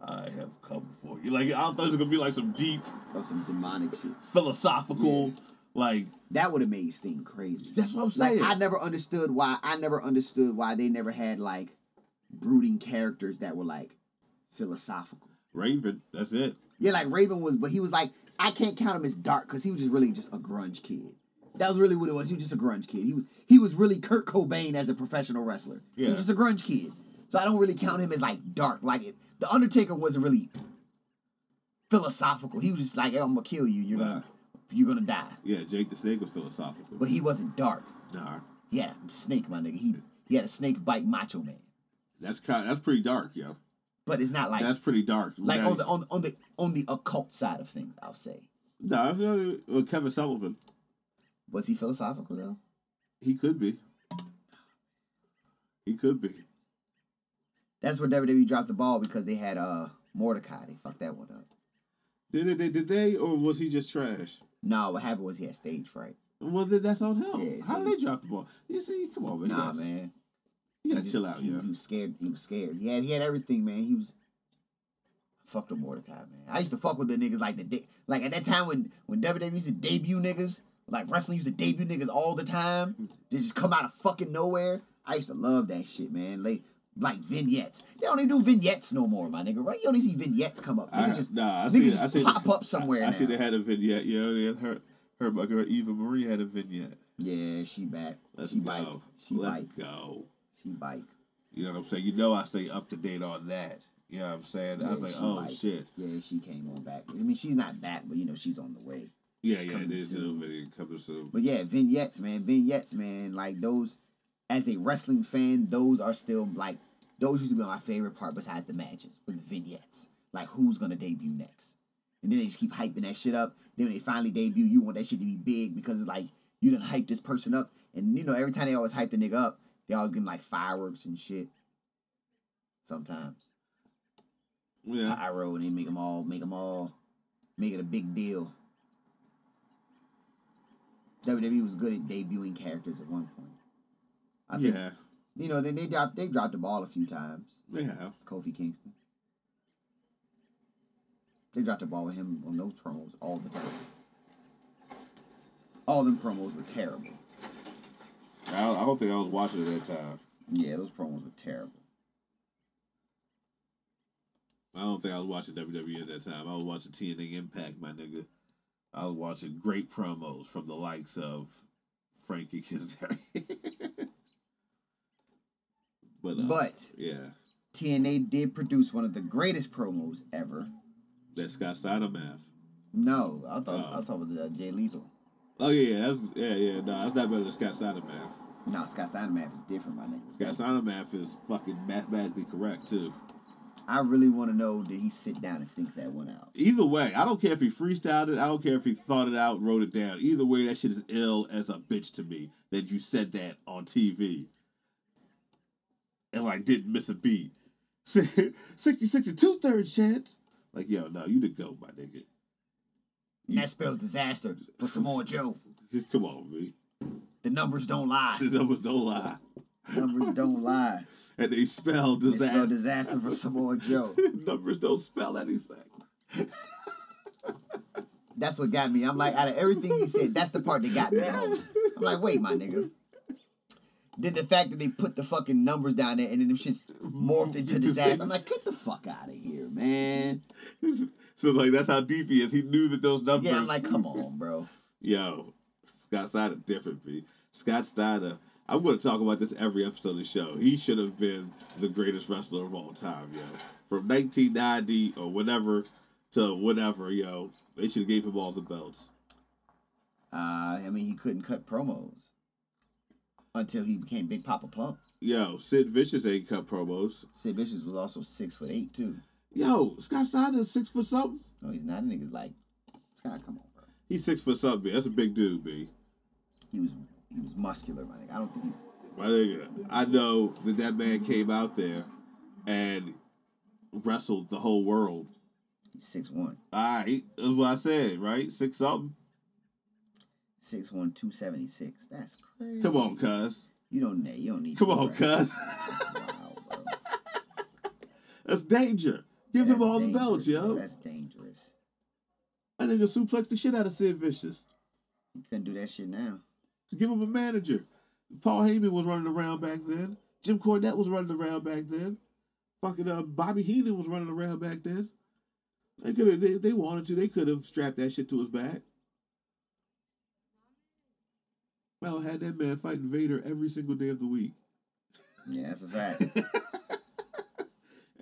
S2: I have come for you." Like I thought it was going to be like some deep
S1: or some demonic shit.
S2: philosophical, like
S1: That would have made Sting crazy.
S2: that's what I'm
S1: Like,
S2: saying.
S1: I never understood why. I never understood why they never had like brooding characters that were like philosophical.
S2: Raven, that's it.
S1: Yeah, like Raven was, but he was like, I can't count him as dark because he was just really just a grunge kid. That was really what it was. He was just a grunge kid. He was he was really Kurt Cobain as a professional wrestler. He
S2: Yeah.
S1: was just a grunge kid. So I don't really count him as like dark. Like it, the Undertaker wasn't really philosophical. He was just like, I'm gonna kill you. You're gonna you're gonna die.
S2: Yeah, Jake the Snake was philosophical.
S1: But he wasn't dark.
S2: nah,
S1: He had a snake, my nigga. He he had a snake bite Macho Man.
S2: that's kind. That's pretty dark, yo.
S1: But it's not like
S2: That's pretty dark.
S1: like
S2: Now-
S1: on the on, on the on the occult side of things. I'll say.
S2: No, I feel like with Kevin Sullivan,
S1: Was he philosophical though?
S2: he could be. He could be.
S1: That's where WWE E dropped the ball because they had uh Mordecai. They fucked that one up.
S2: Did they? Did, did they? Or was he just trash?
S1: No, what happened was he had stage fright.
S2: Well, then that's on him.
S1: Yeah,
S2: How
S1: see.
S2: did they drop the ball? You see, come on, man. you
S1: Nah,
S2: gotta,
S1: man. He
S2: You gotta
S1: just-
S2: chill out,
S1: he,
S2: yeah.
S1: he was scared. He was scared. He had he had everything, man. He was fucked with Mordecai, man. I used to fuck with the niggas like the day, like at that time when when WWE used to debut niggas, like wrestling used to debut niggas all the time. They just come out of fucking nowhere. I used to love that shit, man. Like like vignettes. They don't even do vignettes no more, my nigga. Right? You only see vignettes come up. Niggas
S2: I,
S1: just
S2: nah, I
S1: niggas
S2: see, it.
S1: just
S2: I see
S1: pop
S2: they-
S1: up somewhere
S2: I,
S1: now.
S2: see they had a vignette. Yeah, they had her, her, my girl Eva Marie had a vignette.
S1: Yeah, she back.
S2: Let's
S1: she
S2: go.
S1: bike. She
S2: Let's
S1: bike.
S2: go.
S1: She bike.
S2: You know what I'm saying? You know I stay up to date on that. You know what I'm saying? I was
S1: Yeah,
S2: like,
S1: she
S2: oh
S1: bike.
S2: shit.
S1: Yeah, she came on back. I mean, she's not back, but you know, she's on the way.
S2: Yeah,
S1: It's
S2: yeah,
S1: coming
S2: it is a
S1: soon.
S2: little bit coming soon.
S1: But yeah, vignettes, man, vignettes, man. Like those, as a wrestling fan, those are still like those used to be my favorite part besides the matches, but the vignettes. Like who's gonna debut next? And then they just keep hyping that shit up. Then when they finally debut, you want that shit to be big because it's like you done hype this person up, and you know every time they always hype the nigga up, they always give him like fireworks and shit. Sometimes
S2: Yeah.
S1: pyro, and they make them all make them all make it a big deal. WWE E was good at debuting characters at one point. I think
S2: Yeah.
S1: you know they they dropped they dropped the ball a few times.
S2: They have.
S1: Kofi Kingston. They dropped the ball with him on those promos all the time. All them promos were terrible.
S2: I, I don't think I was watching it at that time.
S1: Yeah, those promos were terrible.
S2: I don't think I was watching WWE at that time. I was watching TNA Impact, my nigga. I was watching great promos from the likes of Frankie Kazarian. but, uh,
S1: But
S2: yeah,
S1: TNA did produce one of the greatest promos ever.
S2: that Scott Steiner math.
S1: No, I thought
S2: Oh.
S1: I thought it was uh, Jay Lethal.
S2: Oh yeah, yeah, that's yeah, yeah. No, that's not better than Scott Steiner math.
S1: No, Scott Steiner math is different, my nigga.
S2: Scott Steiner math is fucking mathematically correct too.
S1: I really want to know did he sit down and think that one out?
S2: Either way, I don't care if he freestyled it. I don't care if he thought it out, wrote it down. Either way, that shit is ill as a bitch to me that you said that on TV and like didn't miss a beat. 60, 60, two thirds chance. Like, yo, no, you the go, my nigga.
S1: And that spells disaster for Samoa Joe.
S2: Come on, man.
S1: The numbers don't lie.
S2: The numbers don't lie.
S1: numbers don't lie.
S2: And they spell
S1: They spell
S2: disaster.
S1: disaster for Samoa Joe.
S2: numbers don't spell anything.
S1: That's what got me. I'm like, out of everything he said, that's the part that got me the most. I'm like, wait, my nigga. Then the fact that they put the fucking numbers down there and then them shits morphed into disaster. I'm like, get the fuck out of here, man.
S2: So, like, that's how deep he is. He knew that those numbers.
S1: Yeah, I'm like, come on, bro.
S2: Yo, Scott Steiner different, B. Scott Steiner. I'm going to talk about this every episode of the show. He should have been the greatest wrestler of all time, yo. From 1990 or whenever to whenever, yo, they should have gave him all the belts.
S1: Uh, I mean, he couldn't cut promos until he became Big Papa Pump.
S2: Yo, Sid Vicious ain't cut promos.
S1: Sid Vicious was also six foot eight too.
S2: Yo, Scott Steiner's six foot something.
S1: No, he's not. That Niggas like Scott. Come on, bro.
S2: He's six foot something. B. That's a big dude, B.
S1: He was he was muscular, my nigga. I don't think he.
S2: My nigga, I know that that man came out there and wrestled the whole world.
S1: He's six one,
S2: All right, that's what I said, right? Six something.
S1: six one two seventy six. That's crazy.
S2: Come on, cuz.
S1: You don't need. You don't need.
S2: Come
S1: to
S2: on,
S1: brag.
S2: cuz.
S1: Wow, bro.
S2: That's danger. Give
S1: That's
S2: him all the
S1: dangerous,
S2: belts,
S1: bro.
S2: yo.
S1: That's dangerous.
S2: That nigga suplex the shit out of Sid Vicious.
S1: You couldn't do that shit now.
S2: Give him a manager. Paul Heyman was running around back then. Jim Cornette was running around back then. Fucking uh, Bobby Heenan was running around back then. They could have. They, they wanted to. They could have strapped that shit to his back. Well, had that man fighting Vader every single day of the week.
S1: Yeah, that's a fact.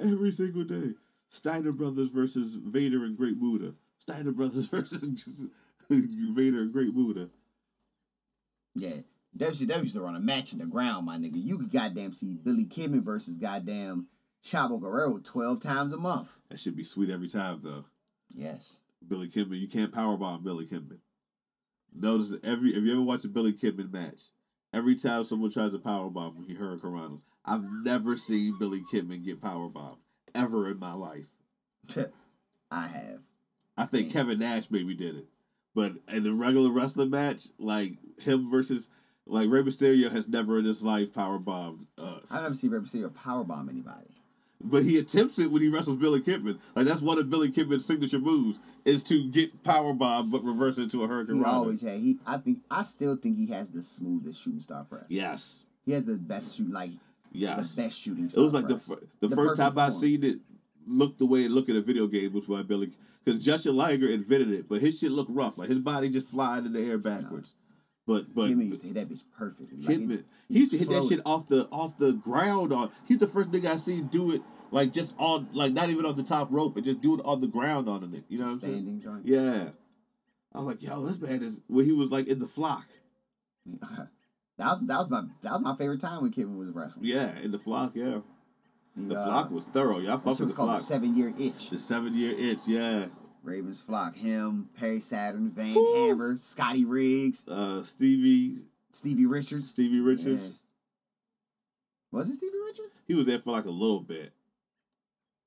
S2: Every single day. Steiner Brothers versus Vader and Great Buddha. Steiner Brothers versus Vader and Great Buddha.
S1: yeah. WCW used to run a match in the ground, my nigga. You could goddamn see Billy Kidman versus goddamn Chavo Guerrero 12 times a month.
S2: That should be sweet every time, though.
S1: Yes.
S2: Billy Kidman, you can't powerbomb Billy Kidman. Notice that every if you ever watch a Billy Kidman match, every time someone tries to powerbomb him, he Hurricane Rana's. I've never seen Billy Kidman get powerbombed ever in my life.
S1: I have.
S2: I think
S1: Mm-hmm.
S2: Kevin Nash maybe did it. But in a regular wrestling match, like him versus like Rey Mysterio has never in his life power bombed
S1: I've
S2: uh,
S1: never seen Rey Mysterio powerbomb anybody.
S2: but he attempts it when he wrestles Billy Kidman. Like that's one of Billy Kidman's signature moves is to get power bomb but reverse it into a
S1: He
S2: hurricane rana.
S1: always had he I think I still think he has the smoothest shooting star press.
S2: Yes.
S1: He has the best shoot, like
S2: Yeah,
S1: the best shooting.
S2: It was
S1: stuff
S2: like the
S1: first.
S2: fir- the,
S1: The
S2: first
S1: perfect
S2: time I
S1: form.
S2: seen it look the way it look in a video game was by Billy because Justin Liger invented it, but his shit looked rough. Like his body just flying in the air backwards. But but
S1: Kimmy used to hit that bitch perfect. Like,
S2: Kidman,
S1: it-
S2: he used to hit that
S1: floated.
S2: shit off the off the ground. On he's the first nigga I seen do it like just on like not even on the top rope, but just do it on the ground on the nigga. You know what I'm
S1: standing
S2: saying?
S1: joint.
S2: Yeah. I was like, yo, this man is when he was like in the flock.
S1: That was that was my that was my favorite time when Kevin was wrestling.
S2: Yeah, in the flock. Yeah,
S1: The,
S2: the
S1: uh,
S2: flock was thorough. Y'all
S1: that
S2: fuck
S1: shit was
S2: with the
S1: called the
S2: flock.
S1: seven year itch.
S2: The seven year itch. Yeah.
S1: Ravens flock. Him, Perry Saturn, Van Hammer, Scotty Riggs,
S2: uh Stevie
S1: Stevie Richards.
S2: Stevie Richards.
S1: Yeah. Was it Stevie Richards?
S2: He was there for like a little bit.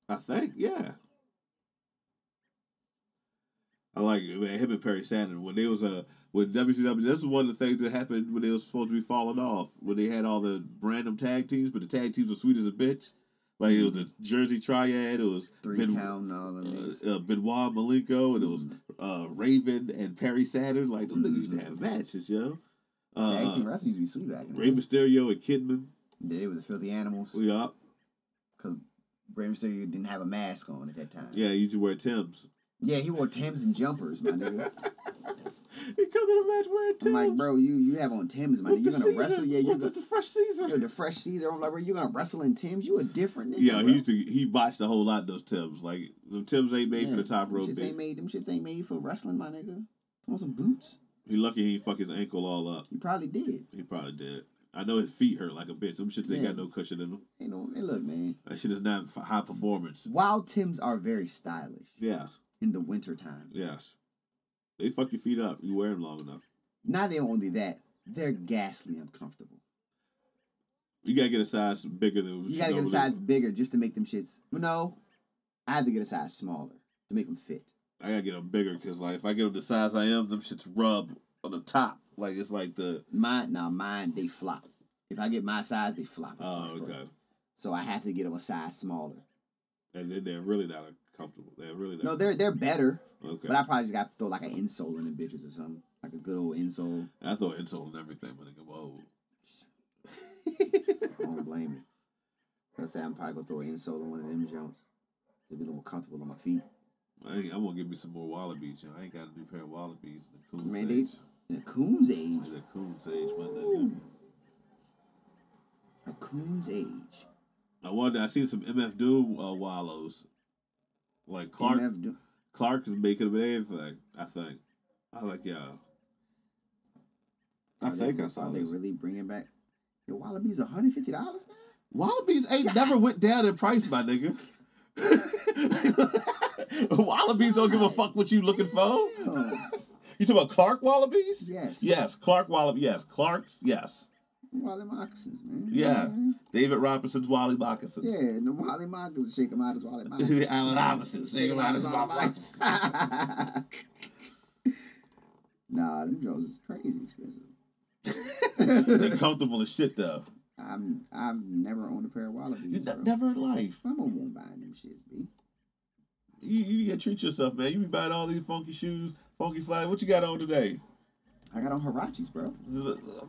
S2: I think, yeah. I like it, man. Him and Perry Sanders when they was uh when WCW. This is one of the things that happened when they was supposed to be falling off when they had all the random tag teams, but the tag teams were sweet as a bitch. Like it was the Jersey Triad. It was
S1: Mm-hmm. Three
S2: Ben-
S1: count and all of these.
S2: uh, uh, Benoit Malenko, and it was
S1: Mm-hmm.
S2: uh, Raven and Perry Saturn. Like them niggas used to have matches, yo.
S1: Tag team
S2: Uh,
S1: wrestling used to be sweet back in the
S2: Rey
S1: day.
S2: Mysterio and Kidman.
S1: They were the filthy animals.
S2: Yeah,
S1: Because Rey Mysterio didn't have a mask on at that time.
S2: yeah. You should wear Tim's.
S1: Yeah, he wore Tim's and jumpers, my nigga.
S2: He comes to the match wearing Tim's.
S1: I'm like, bro, you you have on Tim's, my nigga. You're gonna wrestle? Yeah, you're gonna,
S2: the fresh season.
S1: yo, the fresh Caesar. I'm like, bro, you're gonna wrestle in Tim's? You a different nigga.
S2: Yeah,
S1: bro.
S2: he used to he botched a whole lot of those Tim's. Like the Tim's ain't made for the top
S1: them
S2: rope.
S1: Shits
S2: bitch.
S1: ain't made, them shits ain't made for wrestling, my nigga. Come on, some boots.
S2: He lucky he didn't fuck his ankle all up.
S1: You probably did.
S2: He probably did. I know his feet hurt like a bitch. Them shits ain't
S1: Yeah.
S2: got no cushion in them.
S1: You know, hey, look, man.
S2: That shit is not f- high performance.
S1: While Tim's are very stylish
S2: Yeah,
S1: in the wintertime,
S2: yes. They fuck your feet up. You wear them long enough.
S1: not only that, they're ghastly uncomfortable.
S2: You gotta get a size bigger than what
S1: You gotta get a
S2: normally-
S1: size bigger just to make them shits. No, I have to get a size smaller to make them fit.
S2: I gotta get them bigger because like if I get them the size I am, them shits rub on the top. Like it's like the
S1: Mine, now mine, they flop. If I get my size, they flop.
S2: oh okay.
S1: So I have to get them a size smaller.
S2: And then they're really not comfortable. They're really not.
S1: No, they're they're better,
S2: okay.
S1: but I probably just got to throw like an insole in them bitches or something, like a good old insole.
S2: I, throw insult and everything when I go old.
S1: I don't blame you. Let's say I'm probably gonna throw an insole in one of them Jones. They'll be a little more comfortable on my feet.
S2: I ain't, I'm gonna give me some more wallabies, yo. I ain't got a new pair of wallabies in the coons
S1: Man,
S2: age.
S1: In a coon's age,
S2: In the coons age, my nigga.
S1: a coon's age.
S2: I wonder. I seen some MF Doom uh, wallows. Like Clark,
S1: MF do-
S2: Clark is making them anything. I think. I like y'all. I
S1: Are they-
S2: think I saw
S1: Are they
S2: this.
S1: really bringing back? Your wallabies, one hundred fifty dollars now.
S2: Wallabies ain't never went down in price, my nigga. wallabies don't give a fuck what you looking for.
S1: Oh,
S2: You talking about Clark wallabies?
S1: yes.
S2: Yes, Clark Wallaby. Yes, Clark's. Yes,
S1: Wally moccasins, man.
S2: yeah. David Robinson's Wally moccasins.
S1: Yeah, and the Wally moccasins shake them out as Wally moccasins.
S2: Allen Robinson, sing around his mom like
S1: nah, them Jones is crazy expensive.
S2: They comfortable as shit though.
S1: I'm I've never owned a pair of
S2: You
S1: wallabies.
S2: ne-
S1: bro.
S2: never in life.
S1: My mom won't buy them shits, b.
S2: You, you gotta treat yourself, man. You be buying all these funky shoes, funky fly. What you got on today,
S1: I got on Hirachis, bro.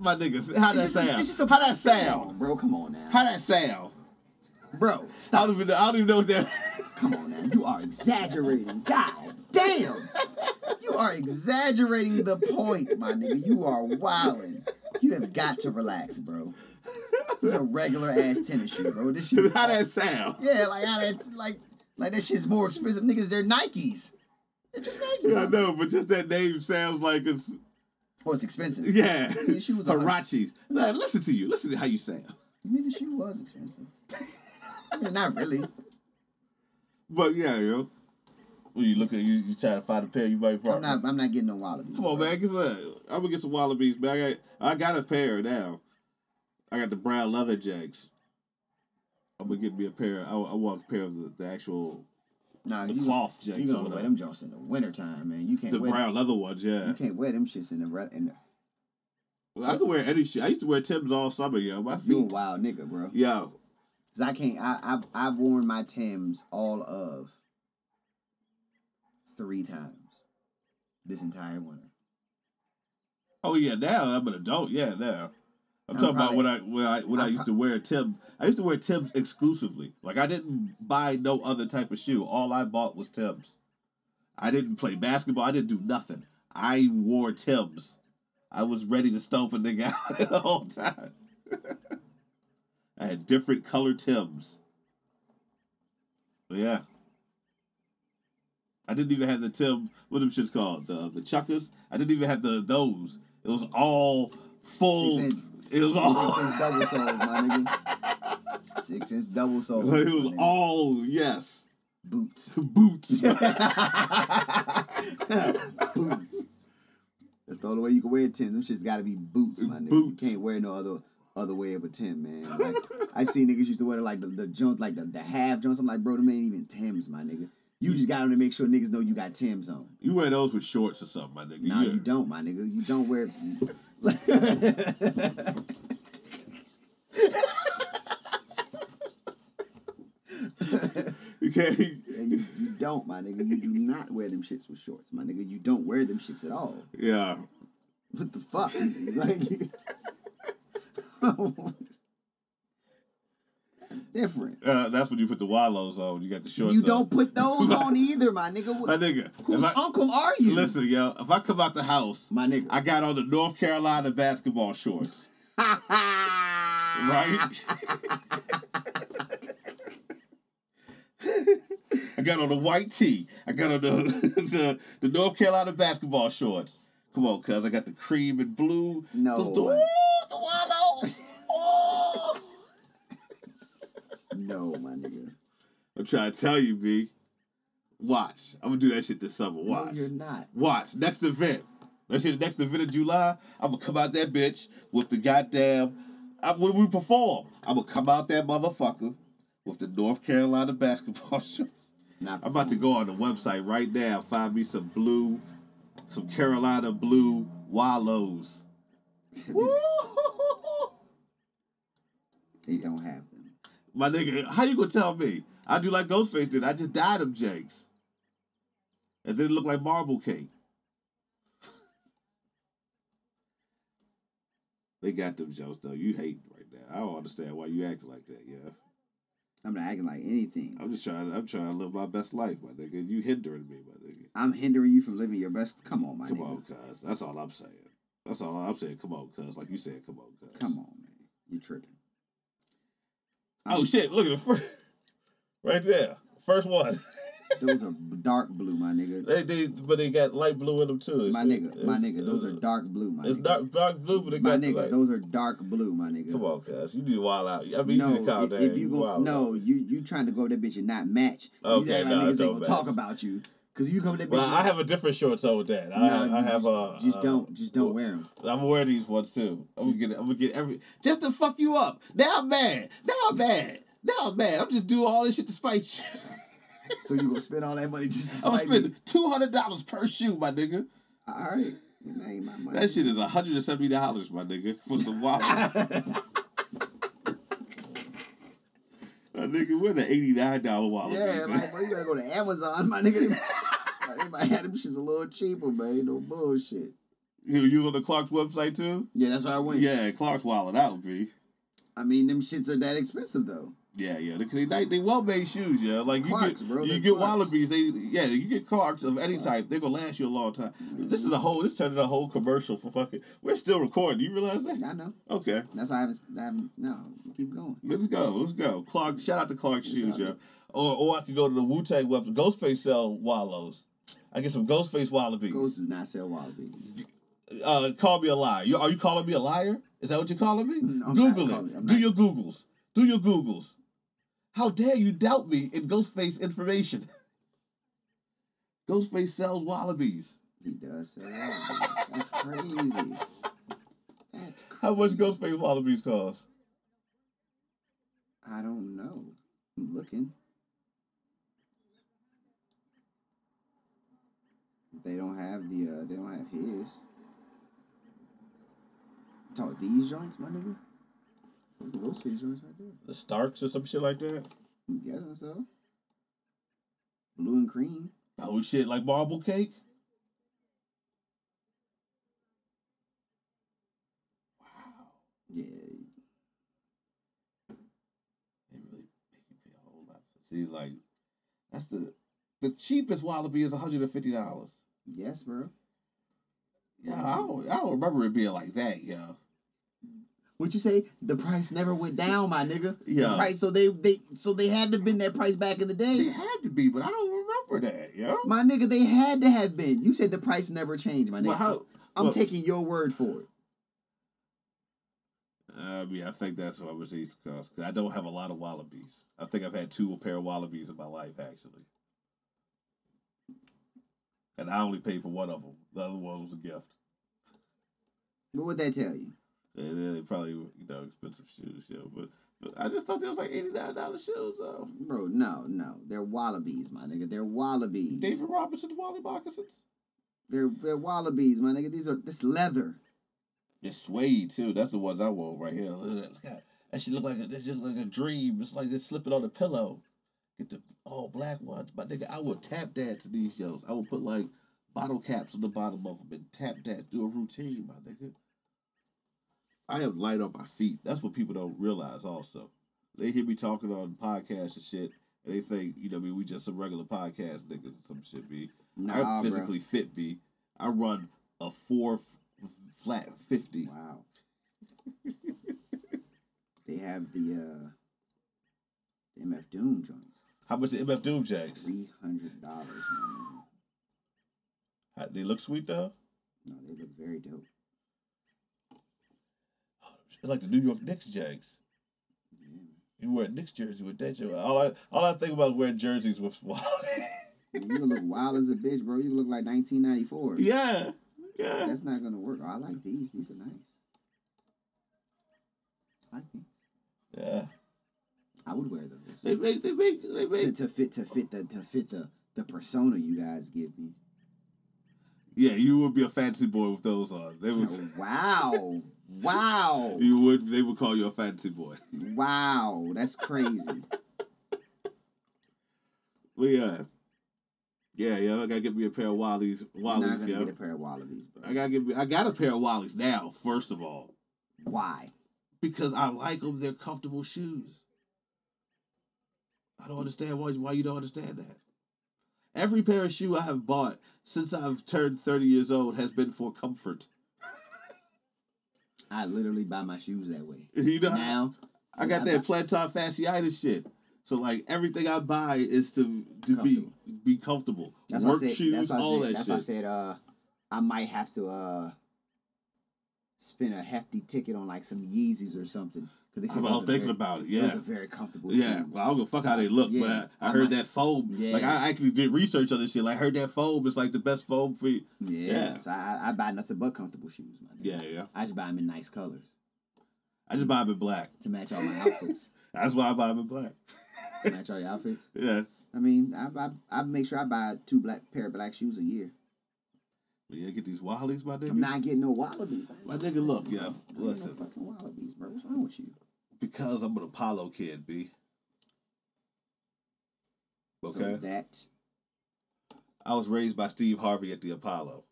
S2: my niggas? How that
S1: It's just-
S2: sound?
S1: it's just
S2: How that sound?
S1: bro. Come on now,
S2: How that sound?
S1: bro.
S2: I don't even. I don't even know what that.
S1: Come on now, you are exaggerating. God damn, you are exaggerating the point, my nigga. You are wilding. You have got to relax, bro. It's a regular ass tennis shoe, bro. This shit.
S2: How that sound?
S1: Yeah, like how that like like that shit's more expensive. Niggas, they're Nikes. They're just Nikes.
S2: Yeah, I know, but just that name sounds like it's
S1: Oh, it's expensive.
S2: yeah.
S1: These shoes are-
S2: Harachis. Nah, listen to you. Listen to how you sound.
S1: I mean, the shoe was expensive. I mean, not really.
S2: But yeah, yo. When you look at you, you try to find a pair you might
S1: I'm not. I'm not getting no wallaby.
S2: Come on, man. Guess what? I'm gonna get some wallabies, man. I got, I got a pair now. I got the brown leather jacks. I'm gonna get me a pair. I, I want a pair of the, the actual
S1: Nah,
S2: the
S1: you,
S2: cloth
S1: you
S2: jacks. or
S1: gonna wear them
S2: whatever.
S1: Johnson in the wintertime, man. You can't
S2: The
S1: wear.
S2: brown leather ones, yeah.
S1: You can't wear them shits in the. Re- in the
S2: I can wear any shit. I used to wear Tim's all summer, yo. My
S1: you a
S2: feet,
S1: wild nigga, bro.
S2: yo.
S1: Cause I can't. I, I've I've worn my Tims all of three times this entire winter.
S2: Oh yeah, now I'm an adult. Yeah, now. I'm
S1: I'm
S2: talking about
S1: probably-
S2: what I what I what i
S1: I'm
S2: used to wear Tibbs. I used to wear Tibbs exclusively. Like I didn't buy no other type of shoe. All I bought was Tibbs. I didn't play basketball. I didn't do nothing. I wore Tibbs. I was ready to stomp a nigga out the whole time. I had different color Tibbs. But yeah. I didn't even have the Tim. What them shits called? The the chuckers. I didn't even have the those. It was all full.
S1: Six inch.
S2: It was
S1: Six
S2: all.
S1: inch double soles, my nigga. Six inch double soles.
S2: It was
S1: my nigga.
S2: all yes.
S1: boots.
S2: Boots.
S1: boots. That's the only way you can wear a ten. Them shit's got to be boots, my nigga.
S2: Boots.
S1: You can't wear no other other way of a ten, man. Like, I see niggas used to wear like the, the junk, like the, the half jumps. I'm like, bro, them ain't even Tims, my nigga. You just got 'em to make sure niggas know you got Tims on.
S2: you wear those with shorts or something, my nigga.
S1: No,
S2: Yeah.
S1: you don't, my nigga. You don't wear.
S2: You can't.
S1: you, you don't, my nigga. You do not wear them shits with shorts, my nigga. You don't wear them shits at all.
S2: Yeah.
S1: What the fuck? like, different.
S2: Uh, that's when you put the wallows on. You got the shorts.
S1: You
S2: on.
S1: don't put those on either, my nigga.
S2: My
S1: What,
S2: nigga. if
S1: whose
S2: I-
S1: uncle are you?
S2: Listen, yo. If I come out the house,
S1: my nigga.
S2: I got on the North Carolina basketball shorts. right? I got on the white tee. I got on the the, the North Carolina basketball shorts. Come on, cuz I got the cream and blue.
S1: No.
S2: Those- the, ooh, the wallows. Oh.
S1: no, my nigga.
S2: I'm trying to tell you, B. Watch. I'm gonna do that shit this summer.
S1: No,
S2: Watch.
S1: you're not.
S2: Watch. Next event. Let's say the next event of July. I'm gonna come out that bitch with the goddamn. I, when we perform, I'm gonna come out that motherfucker with the North Carolina basketball shorts.
S1: Not
S2: I'm about to go on the website right now. Find me some blue, some Carolina blue wallows. Woo!
S1: They don't have them.
S2: My nigga, how you gonna tell me? I do like Ghostface did. I just dyed them jakes, and then it looked like marble cake. They got them jokes though. You hate right now. I don't understand why you acting like that. Yeah,
S1: I'm not acting like anything.
S2: I'm just trying. I'm trying to live my best life, my nigga. You hindering me, my nigga.
S1: I'm hindering you from living your best. Come on, my
S2: Come
S1: nigga.
S2: on, cuz. That's all I'm saying. That's all I'm saying. Come on, cuz. Like you said, come on, cuz.
S1: Come on, man. You're tripping.
S2: Oh shit! Look at the first, right there. First one.
S1: Those are dark blue, my nigga.
S2: they they but they got light blue in them too. It's-
S1: My nigga, my
S2: it's-
S1: nigga, those are
S2: it's-
S1: dark blue, my
S2: uh, It's
S1: nigga.
S2: dark, dark blue, but they
S1: my
S2: got
S1: nigga,
S2: light.
S1: those are dark blue, my nigga.
S2: Come on, cuz. You need to wild out. I mean, you need to
S1: No,
S2: calm
S1: if,
S2: down.
S1: if you go,
S2: wild
S1: no,
S2: out.
S1: you you trying to go to that bitch and not match.
S2: Okay,
S1: you act like
S2: nah, it
S1: niggas ain't
S2: don't
S1: gonna talk
S2: match.
S1: about you because you come to that bitch.
S2: Well, I
S1: and-
S2: have a different shorts on with that. I,
S1: Nah,
S2: have- I
S1: you
S2: have
S1: just,
S2: uh,
S1: just
S2: uh,
S1: don't, just don't wear them.
S2: I'm gonna wear these ones too. I'm gonna get. I'm gonna get every. Just to fuck you up. Now I'm mad. Now I'm mad. Now I'm mad. I'm just doing all this shit to spite you.
S1: So you gonna spend all that money just to
S2: I'm
S1: spite me?
S2: spending two hundred dollars per shoe, my nigga.
S1: All right, that ain't my money.
S2: That shit is hundred and seventy dollars, my nigga, for some wallet. my nigga, where the eighty nine dollar wallet?
S1: Yeah, like, bro, you gotta go to Amazon, my nigga. Like, They might have them shits a little cheaper, man. No bullshit.
S2: you you on the Clark's website too?
S1: Yeah, that's why I went.
S2: Yeah, Clark's wallet out, B.
S1: I mean, them shits are that expensive though.
S2: Yeah, yeah, they they, they well made shoes, yeah. Like you
S1: Clarks,
S2: get
S1: bro,
S2: you
S1: they're
S2: get
S1: Clarks.
S2: Wallabies, they yeah, you get Clarks of any type, they're gonna last you a long time. This is a whole this turned into a whole commercial for fucking. We're still recording. Do you realize that?
S1: I know.
S2: Okay.
S1: That's why I haven't. I haven't no, keep going.
S2: Let's go. Let's go. Clark, shout out to Clark Shoes, yeah. Or or I could go to the Wu Tang weapons. Ghostface sell wallows. I get some Ghostface wallabies.
S1: Ghosts do not sell wallabies.
S2: Uh, call me a liar. You, are you calling me a liar? Is that what you're calling me?
S1: No, I'm
S2: Google
S1: not calling-
S2: it.
S1: I'm
S2: Do
S1: not.
S2: your Googles. Do your Googles. How dare you doubt me in Ghostface information? Ghostface sells wallabies.
S1: He does sell wallabies. That's crazy. That's crazy.
S2: How much Ghostface wallabies cost?
S1: I don't know. I'm looking. They don't have the. Uh, they don't have his. Talk about these joints, my nigga. Those are Those three joints right there.
S2: The Starks or some shit like that?
S1: I'm guessing so. Blue and cream.
S2: Oh shit, like marble cake?
S1: Yeah,
S2: See, like that's the the cheapest wallaby is one hundred and fifty dollars.
S1: Yes, bro.
S2: Yeah, I don't, I don't remember it being like that, yo.
S1: What you say? The price never went down, my nigga.
S2: Yeah.
S1: The price, so they they so they had to been that price back in the
S2: It
S1: day.
S2: had to be, but I don't remember that, yo.
S1: My nigga, they had to have been. You said the price never changed, my nigga.
S2: Well, how-
S1: I'm
S2: well-
S1: taking your word for it.
S2: I mean, Uh, I think that's what I was these cost because I don't have a lot of wallabies. I think I've had two pair of wallabies in my life actually, and I only paid for one of them. The other one was a gift.
S1: What would that tell you?
S2: And then they probably were, you know expensive shoes, you know, but, but I just thought they was like eighty nine dollars shoes. Uh,
S1: Bro, no, no. They're wallabies, my nigga. They're wallabies.
S2: David Robinson's Wally moccasins.
S1: They're they're wallabies, my nigga. These are this leather.
S2: It's suede too. That's the ones I wore right here. Look at that. Look at- that shit look like a, that's just like a dream. It's like it's slipping on a pillow. Get the all black ones, my nigga. I would tap dance to these shows. I would put like bottle caps on the bottom of them and tap dance, do a routine, my nigga. I am light on my feet. That's what people don't realize. Also, they hear me talking on podcasts and shit, and they think you know I mean we just some regular podcast niggas or some shit. Be
S1: Nah,
S2: I'm
S1: bro.
S2: physically fit. Be I run a four f- flat fifty.
S1: Wow. they have the uh the MF Doom joints.
S2: How much the MF Doom Jacks?
S1: Three hundred dollars, man.
S2: How- They look sweet though.
S1: No, they look very dope.
S2: It's like the New York Knicks Jacks. You wear a Knicks jersey with that jersey. All I all I think about is wearing jerseys with
S1: Man, you look wild as a bitch, bro. You look like nineteen ninety four.
S2: yeah, yeah.
S1: That's not gonna work. Oh, I like these. These are nice. I like these.
S2: Yeah.
S1: I would wear those.
S2: They make they make they
S1: To,
S2: make.
S1: to fit to fit the to fit the the persona you guys give me.
S2: Yeah, you would be a fancy boy with those on. They would.
S1: Wow. Wow.
S2: You would. They would call you a fancy boy.
S1: Wow. That's crazy.
S2: But yeah, yeah, yeah. I gotta get me a pair of Wallies.
S1: I'm not
S2: Wallies,
S1: gonna
S2: yeah.
S1: get a pair of wallabies,
S2: I
S1: bro.
S2: gotta get. Me, I got a pair of Wallies now. First of all,
S1: Why?
S2: because I like them. They're comfortable shoes. I don't understand why why you don't understand that. Every pair of shoe I have bought since I've turned thirty years old has been for comfort.
S1: I literally buy my shoes that way.
S2: You know,
S1: Now
S2: I got that plantar fasciitis shit. So like everything I buy is to, to be
S1: Comfortable.
S2: be comfortable.
S1: That's
S2: Work
S1: what I said.
S2: shoes,
S1: that's what I
S2: all
S1: said.
S2: that
S1: that's
S2: shit.
S1: Why I said uh, I might have to uh, spend a hefty ticket on like some Yeezys or something. Cause they said
S2: I'm
S1: those
S2: all
S1: are
S2: thinking
S1: very,
S2: about
S1: those
S2: it. Yeah.
S1: are very comfortable.
S2: Yeah,
S1: shoes.
S2: but I don't give a fuck how they look.
S1: Yeah.
S2: But I, I heard
S1: I'm
S2: that foam.
S1: Yeah.
S2: Like I actually did research on this shit. Like I heard that foam is like the best foam for you.
S1: yeah.
S2: yeah.
S1: So I, I buy nothing but comfortable shoes, my nigga.
S2: Yeah, yeah.
S1: I just buy them in nice colors
S2: I just buy them in black.
S1: to match all my outfits.
S2: That's why I buy them in black.
S1: to match all your outfits.
S2: Yeah.
S1: I mean, I, I I make sure I buy two black pair of black shoes a year.
S2: But yeah, get these Wallies, my nigga.
S1: I'm not getting no wallabies.
S2: Mm-hmm. my nigga, look, yeah.
S1: I ain't
S2: Listen,
S1: no fucking wallabies, bro. What's wrong with you?
S2: because I'm an Apollo kid, B. Okay.
S1: So that
S2: I was raised by Steve Harvey at the Apollo.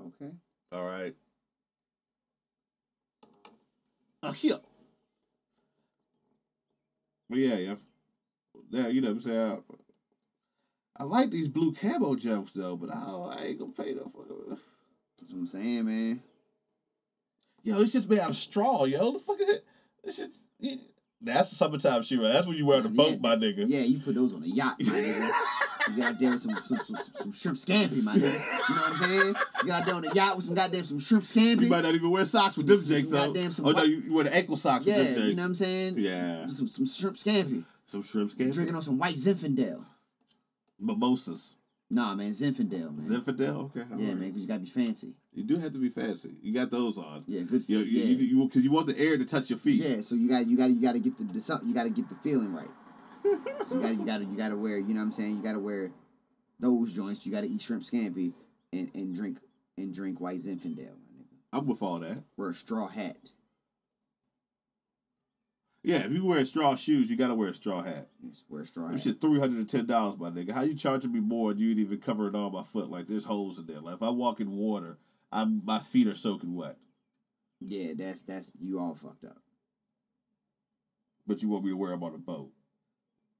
S1: okay.
S2: All right. A heel. But yeah, yeah. Yeah, you know what I'm saying? I, I like these blue camo jumps though, but I, don't- I ain't gonna pay no for them.
S1: That's what I'm saying, man.
S2: Yo, it's just made out of straw, yo. The fucking this shit. you- That's the summertime shoe, right? That's when you wear on a boat,
S1: Yeah.
S2: my nigga.
S1: Yeah, you put those on a yacht, my nigga. You got out there with some some, some, some shrimp scampi, my nigga. You know what I'm saying? You got out there on a yacht with some goddamn some shrimp scampi.
S2: You might not even wear socks with
S1: Some-
S2: them
S1: some
S2: jakes on.
S1: goddamn- some
S2: Oh no,
S1: white-
S2: you, you wear the ankle socks
S1: yeah,
S2: with them jakes.
S1: you know what I'm saying?
S2: yeah,
S1: Some, some shrimp scampi.
S2: some shrimp scampi,
S1: Drinking on some white Zinfandel.
S2: mimosas,
S1: Nah, man, Zinfandel, man.
S2: Zinfandel. Okay,
S1: yeah,
S2: alright.
S1: man, because you gotta be fancy.
S2: You do have to be fancy. You got those on.
S1: Yeah, good.
S2: You,
S1: f-
S2: you,
S1: yeah.
S2: you, you- 'cause you want the air to touch your feet.
S1: Yeah, so you got you got you got to get the, the some- you got to get the feeling right. So you got you got to you got to wear you know what I'm saying you got to wear those joints. You got to eat shrimp scampi and and drink and drink white Zinfandel. My nigga.
S2: I'm with all that.
S1: Wear a straw hat.
S2: Yeah, if you wear straw shoes, you gotta wear a straw hat.
S1: Just wear a straw
S2: That
S1: hat.
S2: shit's three hundred and ten dollars, my nigga. How you charging me more and you ain't even covering all my foot? Like there's holes in there. Like if I walk in water, I'm my feet are soaking wet.
S1: Yeah, that's that's you all fucked up.
S2: But you want me to wear them on a boat.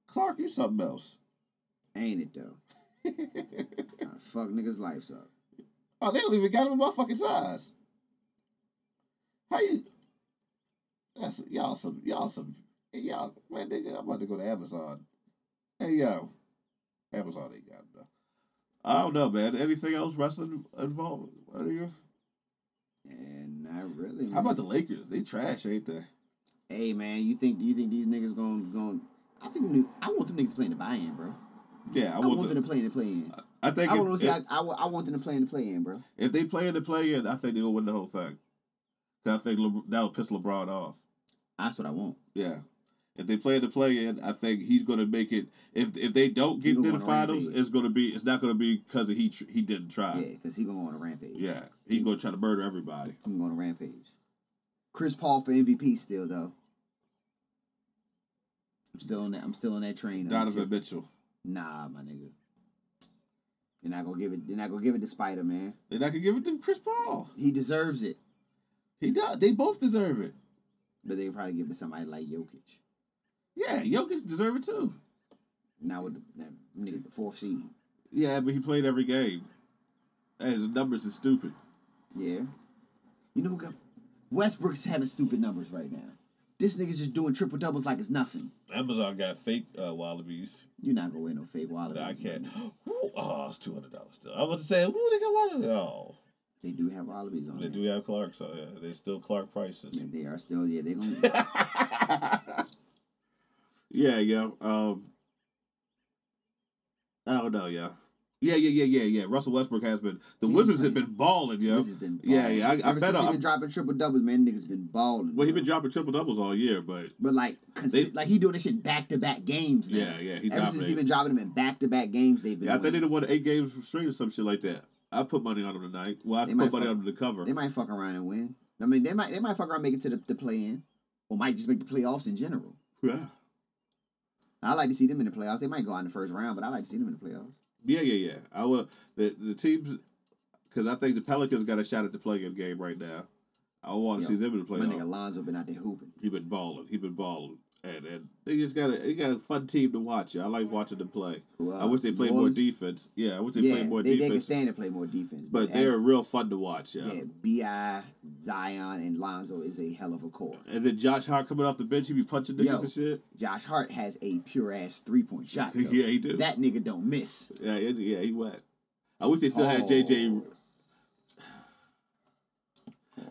S2: Clark, you something else.
S1: Ain't it though? Tryna fuck niggas' lives up.
S2: Oh, they don't even got him in my fucking size. How you? That's y'all some y'all some hey, y'all man nigga. I'm about to go to Amazon. Hey yo, Amazon ain't got enough. I don't know, man. Anything else wrestling involved? What are you-
S1: And not really.
S2: How
S1: man.
S2: about the Lakers? They trash, ain't they?
S1: Hey man, you think you think these niggas gonna going I think them niggas- I want them niggas playing the buy-in, bro.
S2: Yeah, I,
S1: I,
S2: want.
S1: want
S2: the,
S1: them to play in the play-in.
S2: I think
S1: I
S2: if,
S1: want to see.
S2: if-
S1: I, I, wa- I want them to play in the play-in, bro.
S2: if they play in the play in, I think they'll win the whole thing. 'Cause I think Le- that'll piss LeBron off.
S1: That's what I want.
S2: Yeah. If they play the play in, I think he's going to make it. If if they don't
S1: He
S2: get
S1: gonna
S2: to the
S1: go on a
S2: finals,
S1: rampage.
S2: it's going to be. It's not going to be because he tr- he didn't
S1: Yeah,
S2: try.
S1: 'cause he gonna go on a rampage.
S2: Yeah, he's going to try to murder everybody.
S1: he gonna go on a rampage. Chris Paul for MVP still though. I'm still on that. I'm still on that train. though.
S2: Donovan Mitchell.
S1: Nah, my nigga. You're not gonna give it. You're not gonna give it to Spider Man.
S2: They're not going to give it to Chris Paul.
S1: He deserves it,
S2: He does. They both deserve it.
S1: but they could probably give it to somebody like Jokic.
S2: Yeah, Jokic deserve it too.
S1: Now with the, that nigga the fourth seed.
S2: Yeah, but he played every game. Hey, his numbers is stupid.
S1: Yeah. You know, who got- Westbrook's having stupid numbers right now. This nigga's just doing triple doubles like it's nothing.
S2: Amazon got fake uh, Wallabies.
S1: You're not gonna win no fake wallet.
S2: Nah, I can't. Ooh, oh, it's two hundred dollars still. I was saying, ooh, they got Wallabies. Oh,
S1: They do have wallabies on
S2: they
S1: there.
S2: do have Clark, so yeah, they still Clark prices.
S1: And they are still, yeah, they gonna.
S2: Yeah, yeah. Um, I don't know, yeah. Yeah, yeah, yeah, yeah, yeah. Russell Westbrook has been. The
S1: He
S2: Wizards
S1: been
S2: have been balling, yo.
S1: Wizards been
S2: Yeah,
S1: balling.
S2: yeah. I, I
S1: Ever
S2: bet.
S1: since he
S2: I,
S1: been dropping triple doubles, man, niggas been balling.
S2: well, he
S1: bro.
S2: been dropping triple doubles all year, but
S1: But like, consi-
S2: They-
S1: like he doing this shit back to back games. Now.
S2: Yeah, yeah, he
S1: Ever since he
S2: dominated.
S1: been dropping them in back to back games, they've been.
S2: yeah, I think they
S1: winning.
S2: done won eight games straight or some shit like that. I put money on them tonight. Well, I
S1: They
S2: put
S1: might
S2: money
S1: fuck-
S2: on them to cover.
S1: They might fuck around and win. I mean, they might they might fuck around and make it to the, the play in, or might just make the playoffs in general.
S2: Yeah,
S1: I like to see them in the playoffs. They might go out in the first round, but I like to see them in the playoffs.
S2: yeah, yeah, yeah. I will. The the teams, because I think the Pelicans got a shot at the play-in game right now. I want
S1: Yo,
S2: to see them in the
S1: My nigga
S2: playoffs.
S1: Lonzo been out there hooping.
S2: He been balling. He been balling, and and they just got a they got a fun team to watch. I like watching them play.
S1: Who,
S2: I
S1: uh,
S2: wish they
S1: New
S2: played more
S1: Orleans?
S2: defense. Yeah, I wish they
S1: yeah,
S2: played more
S1: they, they can
S2: defense.
S1: stand to play more defense, as-
S2: but they're real fun to watch. Yeah.
S1: yeah, Bi, Zion, and Lonzo is a hell of a core.
S2: And then Josh Hart coming off the bench, he be punching niggas
S1: Yo.
S2: and shit.
S1: Josh Hart has a pure ass three point shot. though.
S2: Yeah, he do.
S1: That nigga don't miss.
S2: Yeah, yeah, yeah, he wet. I wish they still had JJ.
S1: Pause.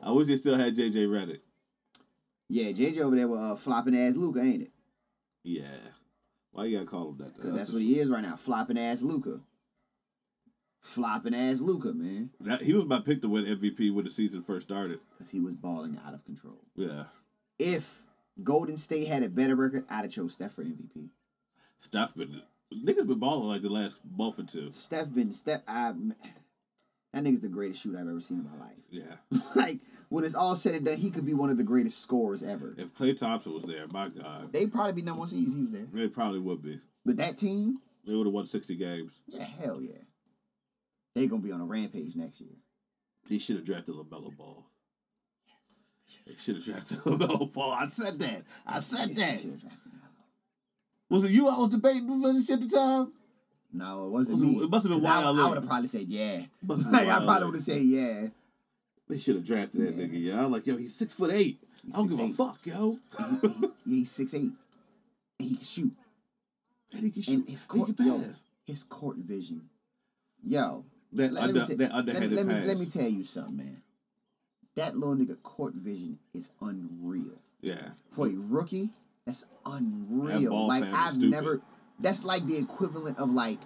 S2: I wish they still had JJ Reddick.
S1: Yeah, JJ over there with uh, flopping ass Luca, ain't it?
S2: Yeah. Why you gotta call him that?
S1: Because that's, what he is right now. Flopping ass Luca. Flopping ass Luca, man.
S2: That, he was my pick to win MVP when the season first started.
S1: Because he was balling out of control.
S2: Yeah.
S1: If Golden State had a better record, I'd have chose Steph for MVP.
S2: Steph been niggas been balling like the last month or two.
S1: Steph been Steph. I that nigga's the greatest shooter I've ever seen in my life.
S2: Yeah.
S1: like when it's all said and done, he could be one of the greatest scorers ever.
S2: If Clay Thompson was there, my God,
S1: They'd probably be number one seed if he was there.
S2: they probably would be.
S1: But that team,
S2: They would have won sixty games.
S1: yeah, hell yeah, they gonna be on a rampage next year.
S2: They should have drafted Lamelo Ball. They should have drafted Lamelo Ball. I said that. I said that.
S1: Should've drafted Melo.
S2: Was it you I was debating for this shit at the time?
S1: No, it wasn't
S2: It was-
S1: me.
S2: it must've been
S1: 'Cause I,
S2: Wild
S1: I
S2: Link.
S1: would have probably said yeah.
S2: Must've been
S1: like I
S2: Wild
S1: probably
S2: Link.
S1: would have said yeah.
S2: They should have drafted that
S1: Yeah.
S2: nigga, yo. I'm like, yo, he's six foot eight.
S1: He's
S2: I don't give a
S1: 6'8".
S2: fuck, yo.
S1: He- he- yeah, he's six eight, and he can shoot.
S2: and he can shoot.
S1: And his court,
S2: he can
S1: yo,
S2: pass.
S1: his court vision, yo.
S2: That,
S1: Let,
S2: under,
S1: let me ta-
S2: that
S1: let-
S2: underhanded
S1: let me,
S2: pass.
S1: let me tell you something, man. That little nigga court vision is unreal.
S2: yeah.
S1: For a rookie, that's unreal.
S2: ball
S1: like
S2: family
S1: I've
S2: stupid.
S1: never that's like the equivalent of like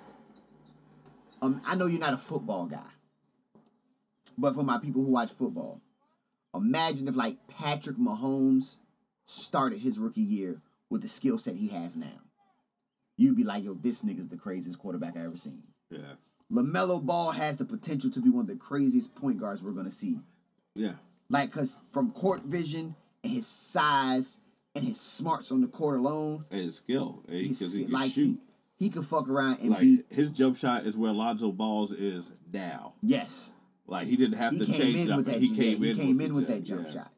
S1: um I know you're not a football guy. But for my people who watch football, imagine if like Patrick Mahomes started his rookie year with the skill set he has now. You'd be like, yo, this nigga's the craziest quarterback I ever seen.
S2: Yeah.
S1: LaMelo Ball has the potential to be one of the craziest point guards we're going to see.
S2: Yeah.
S1: Like, because from court vision and his size and his smarts on the court alone,
S2: And his skill. Because
S1: he's,
S2: he can
S1: like,
S2: shoot.
S1: He, he could fuck around and
S2: like,
S1: be,
S2: his jump shot is where Lonzo Balls is now.
S1: yes.
S2: Like, he didn't have
S1: He
S2: to
S1: came
S2: change
S1: in with that,
S2: nothing. He
S1: ju-
S2: came
S1: yeah,
S2: in
S1: he came
S2: with,
S1: in
S2: the
S1: with that jump
S2: yeah.
S1: shot.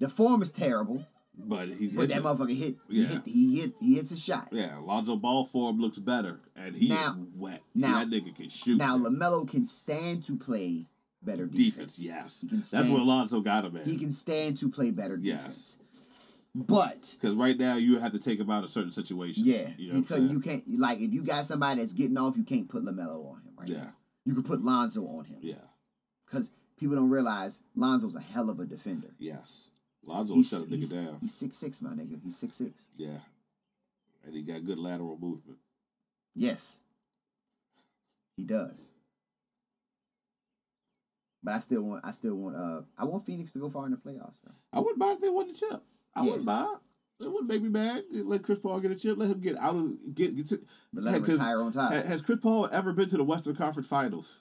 S1: The form is terrible.
S2: But he's
S1: But that
S2: hitting it.
S1: motherfucker hit.
S2: Yeah.
S1: He hit. He hit. He hits his shots.
S2: Yeah, Lonzo Ball form looks better, and he
S1: Now-
S2: is wet.
S1: now-
S2: that nigga can shoot.
S1: Now Lamelo can stand to play better defense.
S2: defense, yes,
S1: He can
S2: that's
S1: stand.
S2: what Lonzo got him at.
S1: he can stand to play better
S2: Yes.
S1: defense. But
S2: Because right now you have to take him out of certain situations.
S1: yeah,
S2: you
S1: you,
S2: know what I'm
S1: couldn't.
S2: saying?
S1: You can't. Like if you got somebody that's getting off, you can't put Lamelo on him. Right.
S2: Yeah,
S1: now. You could put Lonzo on him
S2: yeah,
S1: because people don't realize Lonzo's a hell of a defender.
S2: yes. Lonzo
S1: He's,
S2: shut a
S1: he's,
S2: nigga down.
S1: he's six six, my nigga. He's six six.
S2: Yeah, and he got good lateral movement.
S1: Yes, he does. But I still want. I still want. Uh, I want Phoenix to go far in the playoffs. Though.
S2: I wouldn't buy if they won the chip. I
S1: Yeah.
S2: wouldn't buy. It wouldn't make me mad. Let Chris Paul get a chip. Let him get out of get get. To,
S1: But let him
S2: Yeah, 'cause-
S1: retire on top.
S2: Ha- has Chris Paul ever been to the Western Conference Finals?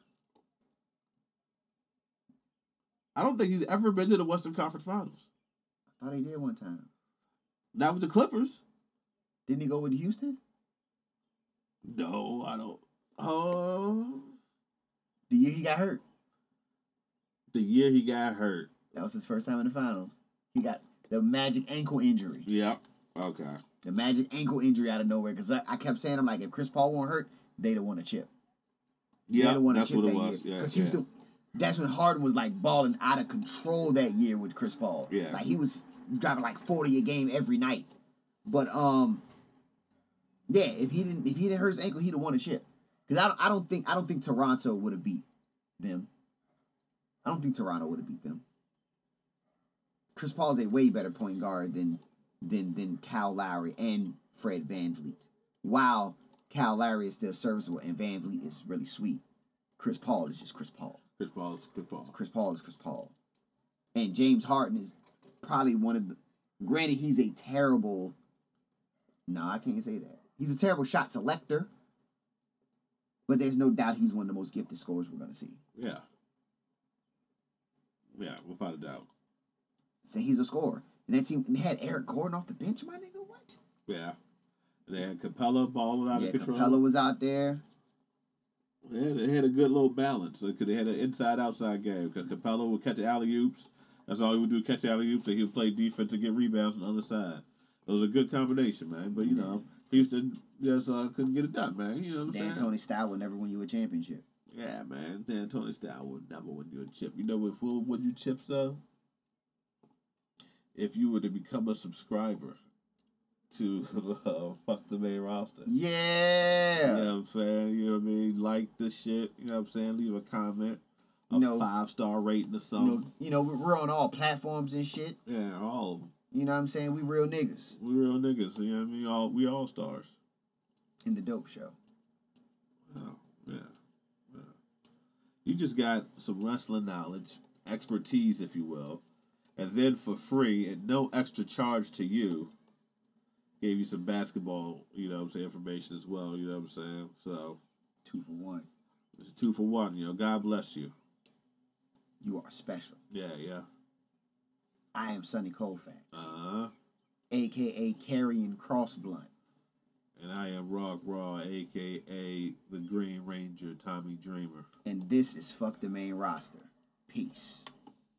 S2: I don't think he's ever been to the Western Conference Finals.
S1: I thought he did one time.
S2: Not with the Clippers.
S1: Didn't he go with Houston?
S2: No, I don't. Oh,
S1: The year he got hurt.
S2: the year he got hurt.
S1: That was his first time in the finals. He got the magic ankle injury.
S2: Yep. Okay.
S1: The magic ankle injury out of nowhere. Because I, I kept saying, I'm like, if Chris Paul won't hurt, they'd have won a chip. They'd
S2: Yeah,
S1: have won a
S2: that's
S1: chip
S2: what it
S1: that
S2: was.
S1: year.
S2: Yeah,
S1: Because
S2: yeah.
S1: Houston, that's when Harden was like balling out of control that year with Chris Paul.
S2: Yeah.
S1: Like he was dropping like 40 a game every night. But um, yeah, if he didn't if he didn't hurt his ankle, he'd have won a chip. Because I don't, I don't think I don't think Toronto would have beat them. I don't think Toronto would have beat them. Chris Paul's a way better point guard than than than Cal Lowry and Fred Van Vliet. While Cal Lowry is still serviceable and Van Vliet is really sweet. Chris Paul is just Chris Paul.
S2: Chris Paul's Chris Paul.
S1: Chris Paul is Chris Paul. And James Harden is probably one of the granted he's a terrible No, I can't say that. He's a terrible shot selector. But there's no doubt he's one of the most gifted scorers we're gonna see.
S2: Yeah. Yeah, without a doubt.
S1: So he's a scorer. And that team and they had Eric Gordon off the bench, my nigga. What?
S2: Yeah. And they had Capella balling out
S1: Yeah,
S2: of control.
S1: Capella was out there.
S2: They had, they had a good little balance because they had an inside outside game. Because Capella would catch alley oops. That's all he would do catch alley oops, and he would play defense and get rebounds on the other side. It was a good combination, man. But you know, Houston just uh, couldn't get it done, man. You know what I'm
S1: Dan
S2: saying?
S1: Tony style will never win you a championship.
S2: Yeah, man. Dan Tony style would never win you a chip. You know if will win you chips though? If you were to become a subscriber to uh, fuck the main roster. You know
S1: Yeah.
S2: what I'm saying? You know what I mean? Like this shit. You know what I'm saying? Leave a comment. A
S1: You know-
S2: five star rating
S1: You
S2: or
S1: know,
S2: something.
S1: you know, we're on all platforms and shit.
S2: yeah, all of 'em.
S1: You know what I'm saying? We real niggas
S2: We real niggas. You know what I mean? All we all stars.
S1: in the dope show.
S2: Oh, yeah. yeah. You just got some wrestling knowledge, expertise, if you will, and then for free and no extra charge to you, gave you some basketball, you know what I'm saying, information as well, you know what I'm saying? So
S1: Two for one.
S2: it's a two for one, you know. God bless you.
S1: You are special.
S2: Yeah, yeah.
S1: I am Sonny Colfax,
S2: Uh huh.
S1: aka Carrying Cross Blunt.
S2: And I am Rock Raw, aka the Green Ranger, Tommy Dreamer.
S1: And this is Fuck the Main Roster. Peace.